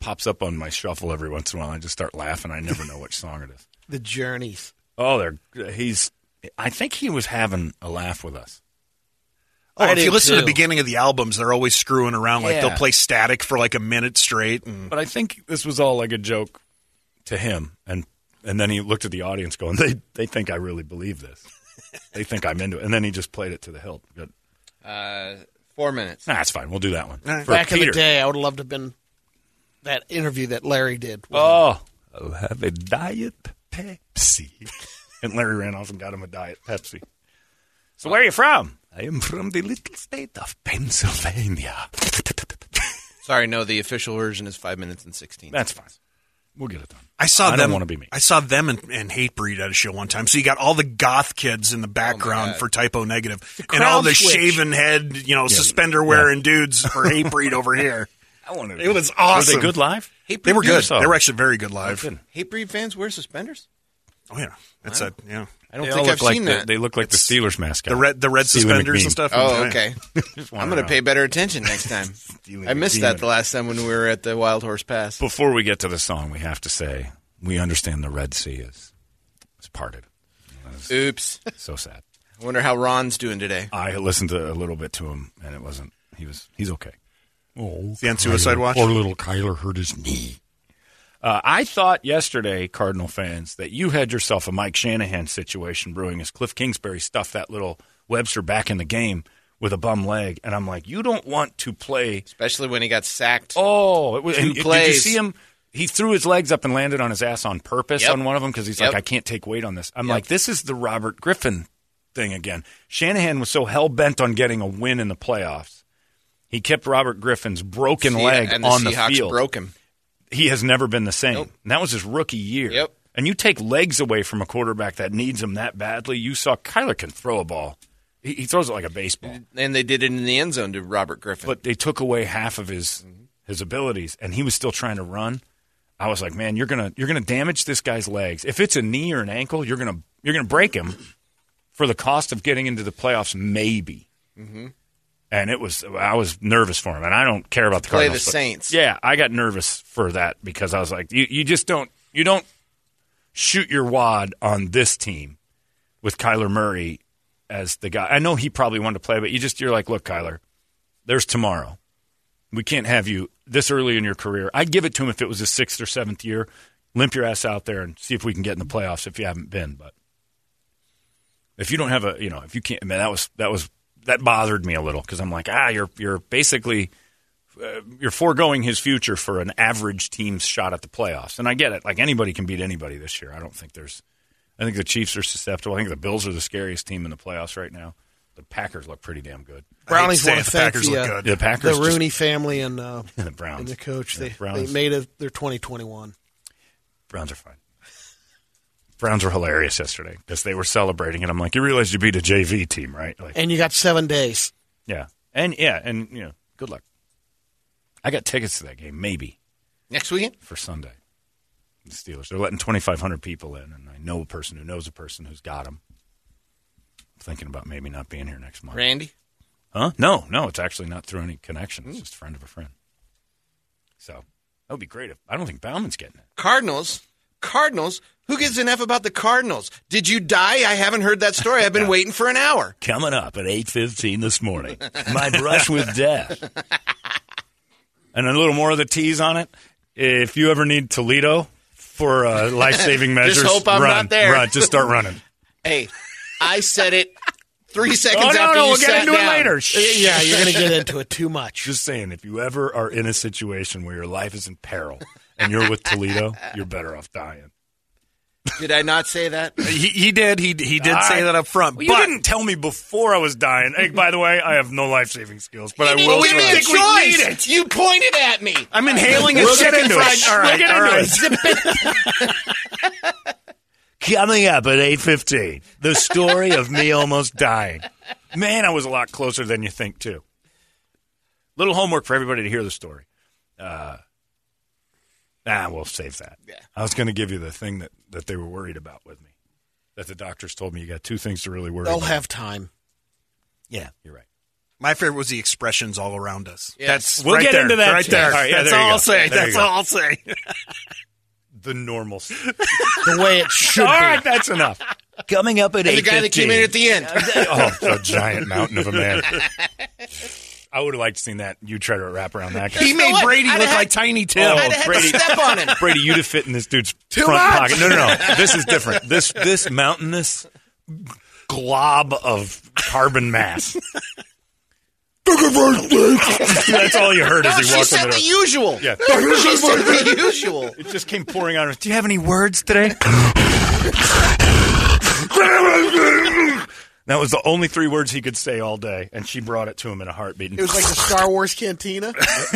[SPEAKER 3] Pops up on my shuffle every once in a while. I just start laughing. I never know which song it is.
[SPEAKER 5] The journeys.
[SPEAKER 3] Oh, they're he's. I think he was having a laugh with us.
[SPEAKER 9] Oh,
[SPEAKER 3] I
[SPEAKER 9] if you
[SPEAKER 3] did,
[SPEAKER 9] listen to
[SPEAKER 3] too.
[SPEAKER 9] the beginning of the albums, they're always screwing around. Like
[SPEAKER 3] Yeah.
[SPEAKER 9] they'll play static for like a minute straight. And
[SPEAKER 3] But I think this was all like a joke to him, and and then he looked at the audience, going, "They they think I really believe this. they think I'm into it." And then he just played it to the hilt. Good.
[SPEAKER 6] Uh, four minutes.
[SPEAKER 3] Nah, that's fine. We'll do that one. For
[SPEAKER 5] Back in
[SPEAKER 3] Peter.
[SPEAKER 5] the day, I would have loved to have been that interview that Larry did.
[SPEAKER 3] Oh, I'll have a diet Pepsi. and Larry ran off and got him a diet Pepsi. So where are you from? Uh, I am from the little state of Pennsylvania.
[SPEAKER 6] Sorry, no. The official version is five minutes and sixteen.
[SPEAKER 3] That's fine. We'll get it done.
[SPEAKER 9] I saw
[SPEAKER 3] I
[SPEAKER 9] them.
[SPEAKER 3] don't wanna be me.
[SPEAKER 9] I saw them and, and Hatebreed at a show one time. So you got all the goth kids in the background for typo negative, and all
[SPEAKER 3] crowd
[SPEAKER 9] the
[SPEAKER 3] switch.
[SPEAKER 9] shaven head, you know, suspender
[SPEAKER 3] yeah.
[SPEAKER 9] wearing dudes for Hatebreed over here.
[SPEAKER 3] I wanted
[SPEAKER 9] It was awesome.
[SPEAKER 3] Were they good live?
[SPEAKER 9] They were
[SPEAKER 6] Hatebreed
[SPEAKER 9] good.
[SPEAKER 6] yourself.
[SPEAKER 9] They were actually very good live.
[SPEAKER 6] Hatebreed fans wear suspenders.
[SPEAKER 9] Oh yeah, that's
[SPEAKER 6] Wow.
[SPEAKER 9] it. Yeah,
[SPEAKER 6] I don't
[SPEAKER 3] They all
[SPEAKER 6] think
[SPEAKER 3] look
[SPEAKER 6] I've
[SPEAKER 3] like
[SPEAKER 6] seen
[SPEAKER 3] the,
[SPEAKER 6] that.
[SPEAKER 3] They look like the Steelers mascot.
[SPEAKER 9] the red- the red
[SPEAKER 3] Steely
[SPEAKER 9] suspenders
[SPEAKER 3] McBean.
[SPEAKER 9] and stuff.
[SPEAKER 6] Oh,
[SPEAKER 9] Yeah.
[SPEAKER 6] okay.
[SPEAKER 3] Just wanna
[SPEAKER 6] I'm going to
[SPEAKER 3] know.
[SPEAKER 6] pay better attention next time. I missed that the last time when we were at the Wild Horse Pass.
[SPEAKER 3] Before we get to the song, we have to say we understand the Red Sea is is parted.
[SPEAKER 6] Oops.
[SPEAKER 3] So sad.
[SPEAKER 6] I wonder how Ron's doing today.
[SPEAKER 3] I listened to a little bit to him, and it wasn't. He was. He's okay.
[SPEAKER 12] Oh,
[SPEAKER 9] he on suicide watch?
[SPEAKER 12] Poor little Kyler hurt his knee.
[SPEAKER 3] Uh, I thought yesterday, Cardinal fans, that you had yourself a Mike Shanahan situation brewing as Cliff Kingsbury stuffed that little Webster back in the game with a bum leg, and I'm like, you don't want to play,
[SPEAKER 6] especially when he got sacked.
[SPEAKER 3] Oh, it was.
[SPEAKER 6] Two
[SPEAKER 3] and Did you
[SPEAKER 6] plays.
[SPEAKER 3] see him? He threw his legs up and landed on his ass on purpose
[SPEAKER 6] Yep.
[SPEAKER 3] on one of them because he's
[SPEAKER 6] Yep.
[SPEAKER 3] like, I can't take weight on this. I'm
[SPEAKER 6] Yep.
[SPEAKER 3] like, this is the Robert Griffin thing again. Shanahan was so hell bent on getting a win in the playoffs, he kept Robert Griffin's broken
[SPEAKER 6] See,
[SPEAKER 3] leg
[SPEAKER 6] and the
[SPEAKER 3] on
[SPEAKER 6] Seahawks
[SPEAKER 3] the field
[SPEAKER 6] broke him.
[SPEAKER 3] he has never been the same. And that was his rookie year. Yep. And you take legs away from a quarterback that needs them that badly. You saw Kyler can throw a ball. He, he throws it like a baseball.
[SPEAKER 6] And they did it in the end zone to Robert Griffin.
[SPEAKER 3] But they took away half of his his abilities and he was still trying to run. I was like, "Man, you're going to you're going to damage this guy's legs. If it's a knee or an ankle, you're going to you're going to break him for the cost of getting into the playoffs maybe."
[SPEAKER 6] Mm-hmm.
[SPEAKER 3] And it was I was nervous for him and I don't care about the
[SPEAKER 6] Play the
[SPEAKER 3] Cardinals, but-
[SPEAKER 6] Saints.
[SPEAKER 3] Yeah, I got nervous for that because I was like, you, you just don't you don't shoot your wad on this team with Kyler Murray as the guy. I know he probably wanted to play, but you just you're like, look, Kyler, there's tomorrow. We can't have you this early in your career. I'd give it to him if it was his sixth or seventh year. Limp your ass out there and see if we can get in the playoffs if you haven't been. But if you don't have a, you know, if you can't, man, that was that was that bothered me a little because I'm like, ah, you're you're basically uh, you're foregoing his future for an average team's shot at the playoffs. And I get it. Like anybody can beat anybody this year. I don't think there's. I think the Chiefs are susceptible. I think the Bills are the scariest team in the playoffs right now. The Packers look pretty damn good.
[SPEAKER 5] Brownies want to thank the, uh,
[SPEAKER 3] The Packers
[SPEAKER 5] the
[SPEAKER 3] just-
[SPEAKER 5] Rooney family, and uh,
[SPEAKER 3] The Browns.
[SPEAKER 5] and the coach.
[SPEAKER 3] Yeah,
[SPEAKER 5] They,
[SPEAKER 3] Browns.
[SPEAKER 5] they made it. They're twenty twenty one.
[SPEAKER 3] Browns are fine. Browns were hilarious yesterday because they were celebrating, and I'm like, you realize you beat a JV team, right? Like,
[SPEAKER 5] And you got seven days.
[SPEAKER 3] yeah, and yeah, and you know, good luck. I got tickets to that game, maybe
[SPEAKER 6] Next weekend?
[SPEAKER 3] for Sunday. The Steelers. They're letting 2,500 people in, and I know a person who knows a person who's got them. Thinking about maybe not being here next month.
[SPEAKER 6] Randy?
[SPEAKER 3] Huh? No, no, it's actually not through any connection.
[SPEAKER 5] Hmm.
[SPEAKER 3] It's just a friend of a friend. So that would be great if I don't think Bauman's getting it.
[SPEAKER 6] Cardinals? Cardinals? Who gives an F about the Cardinals? Did you die? I haven't heard that story. I've been waiting for an hour.
[SPEAKER 3] Coming up at 8.15 this morning, my brush with death. And a little more of the tease on it. If you ever need Toledo for uh, life-saving measures,
[SPEAKER 6] Just hope I'm
[SPEAKER 3] run,
[SPEAKER 6] not there.
[SPEAKER 3] run. Just start running.
[SPEAKER 6] Hey, I said it three seconds
[SPEAKER 3] Oh, no,
[SPEAKER 6] after
[SPEAKER 3] no,
[SPEAKER 6] you
[SPEAKER 3] we'll get
[SPEAKER 6] sat
[SPEAKER 3] into it
[SPEAKER 6] down.
[SPEAKER 3] later.
[SPEAKER 5] Uh, Yeah, you're going to get into it too much.
[SPEAKER 3] Just saying, if you ever are in a situation where your life is in peril and you're with Toledo, you're better off dying.
[SPEAKER 6] Did I not say that?
[SPEAKER 9] He, he did. He he did say that up front.
[SPEAKER 3] Well,
[SPEAKER 9] but
[SPEAKER 3] you didn't tell me before I was dying. Hey, by the way, I have no life saving skills, but I
[SPEAKER 6] You
[SPEAKER 3] will.
[SPEAKER 6] didn't give
[SPEAKER 3] try.
[SPEAKER 6] me a choice. You pointed at me.
[SPEAKER 9] I'm inhaling his
[SPEAKER 3] We'll
[SPEAKER 9] shit
[SPEAKER 3] get
[SPEAKER 9] into
[SPEAKER 3] into
[SPEAKER 9] it.
[SPEAKER 3] it.
[SPEAKER 9] All
[SPEAKER 3] We'll
[SPEAKER 9] right,
[SPEAKER 3] get
[SPEAKER 9] all
[SPEAKER 3] into
[SPEAKER 9] right.
[SPEAKER 3] it. Coming up at eight fifteen, the story of me almost dying. Man, I was a lot closer than you think, too. Little homework for everybody to hear the story. Uh, nah, we'll save that. Yeah. I was going to give you the thing that, that they were worried about with me. That the doctors told me you got two things to really worry
[SPEAKER 5] They'll
[SPEAKER 3] about.
[SPEAKER 5] have time.
[SPEAKER 3] yeah, you're right.
[SPEAKER 9] My favorite was the expressions all around us.
[SPEAKER 3] Yeah.
[SPEAKER 9] That's
[SPEAKER 3] We'll
[SPEAKER 9] right
[SPEAKER 3] get
[SPEAKER 9] there,
[SPEAKER 3] into that
[SPEAKER 9] right
[SPEAKER 3] too.
[SPEAKER 9] there.
[SPEAKER 3] All right, yeah,
[SPEAKER 9] That's
[SPEAKER 3] there you
[SPEAKER 9] all
[SPEAKER 3] go.
[SPEAKER 9] I'll say.
[SPEAKER 3] There you
[SPEAKER 9] That's
[SPEAKER 3] go.
[SPEAKER 9] all I'll say.
[SPEAKER 3] The normal. stuff.
[SPEAKER 5] The way it should
[SPEAKER 3] All
[SPEAKER 5] be.
[SPEAKER 3] right, that's enough. Coming up at
[SPEAKER 6] And the guy that came in at the end.
[SPEAKER 3] oh, the giant mountain of a man. I would have liked seen that. You try to wrap around that guy.
[SPEAKER 9] He made Brady
[SPEAKER 6] I'd
[SPEAKER 9] look
[SPEAKER 6] had-
[SPEAKER 9] like Tiny Tim.
[SPEAKER 3] Oh,
[SPEAKER 6] Brady. step on him.
[SPEAKER 3] Brady, you'd have fit in this dude's
[SPEAKER 6] Too
[SPEAKER 3] front
[SPEAKER 6] much.
[SPEAKER 3] pocket. No, no, no. This is different. This this mountainous glob of carbon mass. That's all you heard
[SPEAKER 6] No,
[SPEAKER 3] as he
[SPEAKER 6] she
[SPEAKER 3] walked
[SPEAKER 6] said
[SPEAKER 3] in
[SPEAKER 6] the
[SPEAKER 3] the door.
[SPEAKER 6] usual.
[SPEAKER 3] Yeah.
[SPEAKER 6] she said the usual.
[SPEAKER 3] It just came pouring out. of- Do you have any words today? that was the only three words he could say all day, and she brought it to him in a heartbeat. And
[SPEAKER 5] It was like the Star Wars cantina.
[SPEAKER 9] That's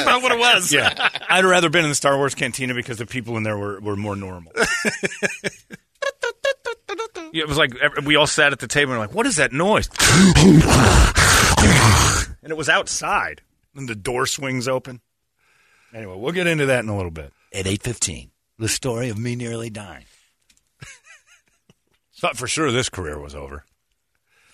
[SPEAKER 9] about what it was.
[SPEAKER 3] yeah, I'd rather been in the Star Wars cantina because the people in there were, were more normal. Yeah, it was like ev- we all sat at the table and were like, "What is that noise?" and it was outside, and the door swings open. Anyway, we'll get into that in a little bit. At eight fifteen, the story of me nearly dying. Thought for sure this career was over.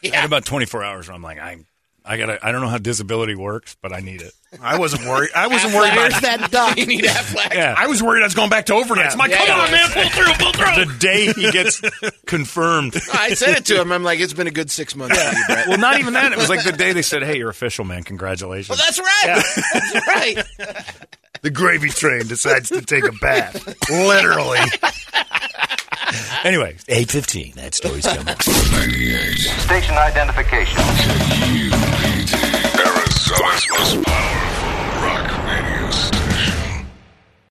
[SPEAKER 3] I had about twenty four hours where I'm like, I'm I got. I don't know how disability works, but I need it.
[SPEAKER 9] I wasn't worried. I wasn't worried about
[SPEAKER 5] you
[SPEAKER 9] need Affleck. I was worried I was going back to overnights. I'm like,
[SPEAKER 6] Yeah.
[SPEAKER 9] come on, man, pull through, pull through.
[SPEAKER 3] The day he gets confirmed.
[SPEAKER 6] I said it to him. I'm like, it's been a good six months. For you, Brett.
[SPEAKER 3] Well, not even that. It was like the day they said, "Hey, you're official, man. Congratulations."
[SPEAKER 6] Well, that's right. That's right.
[SPEAKER 3] the gravy train decides to take a bath. Literally. anyway, eight fifteen. That story's coming.
[SPEAKER 13] Station identification. Arizona.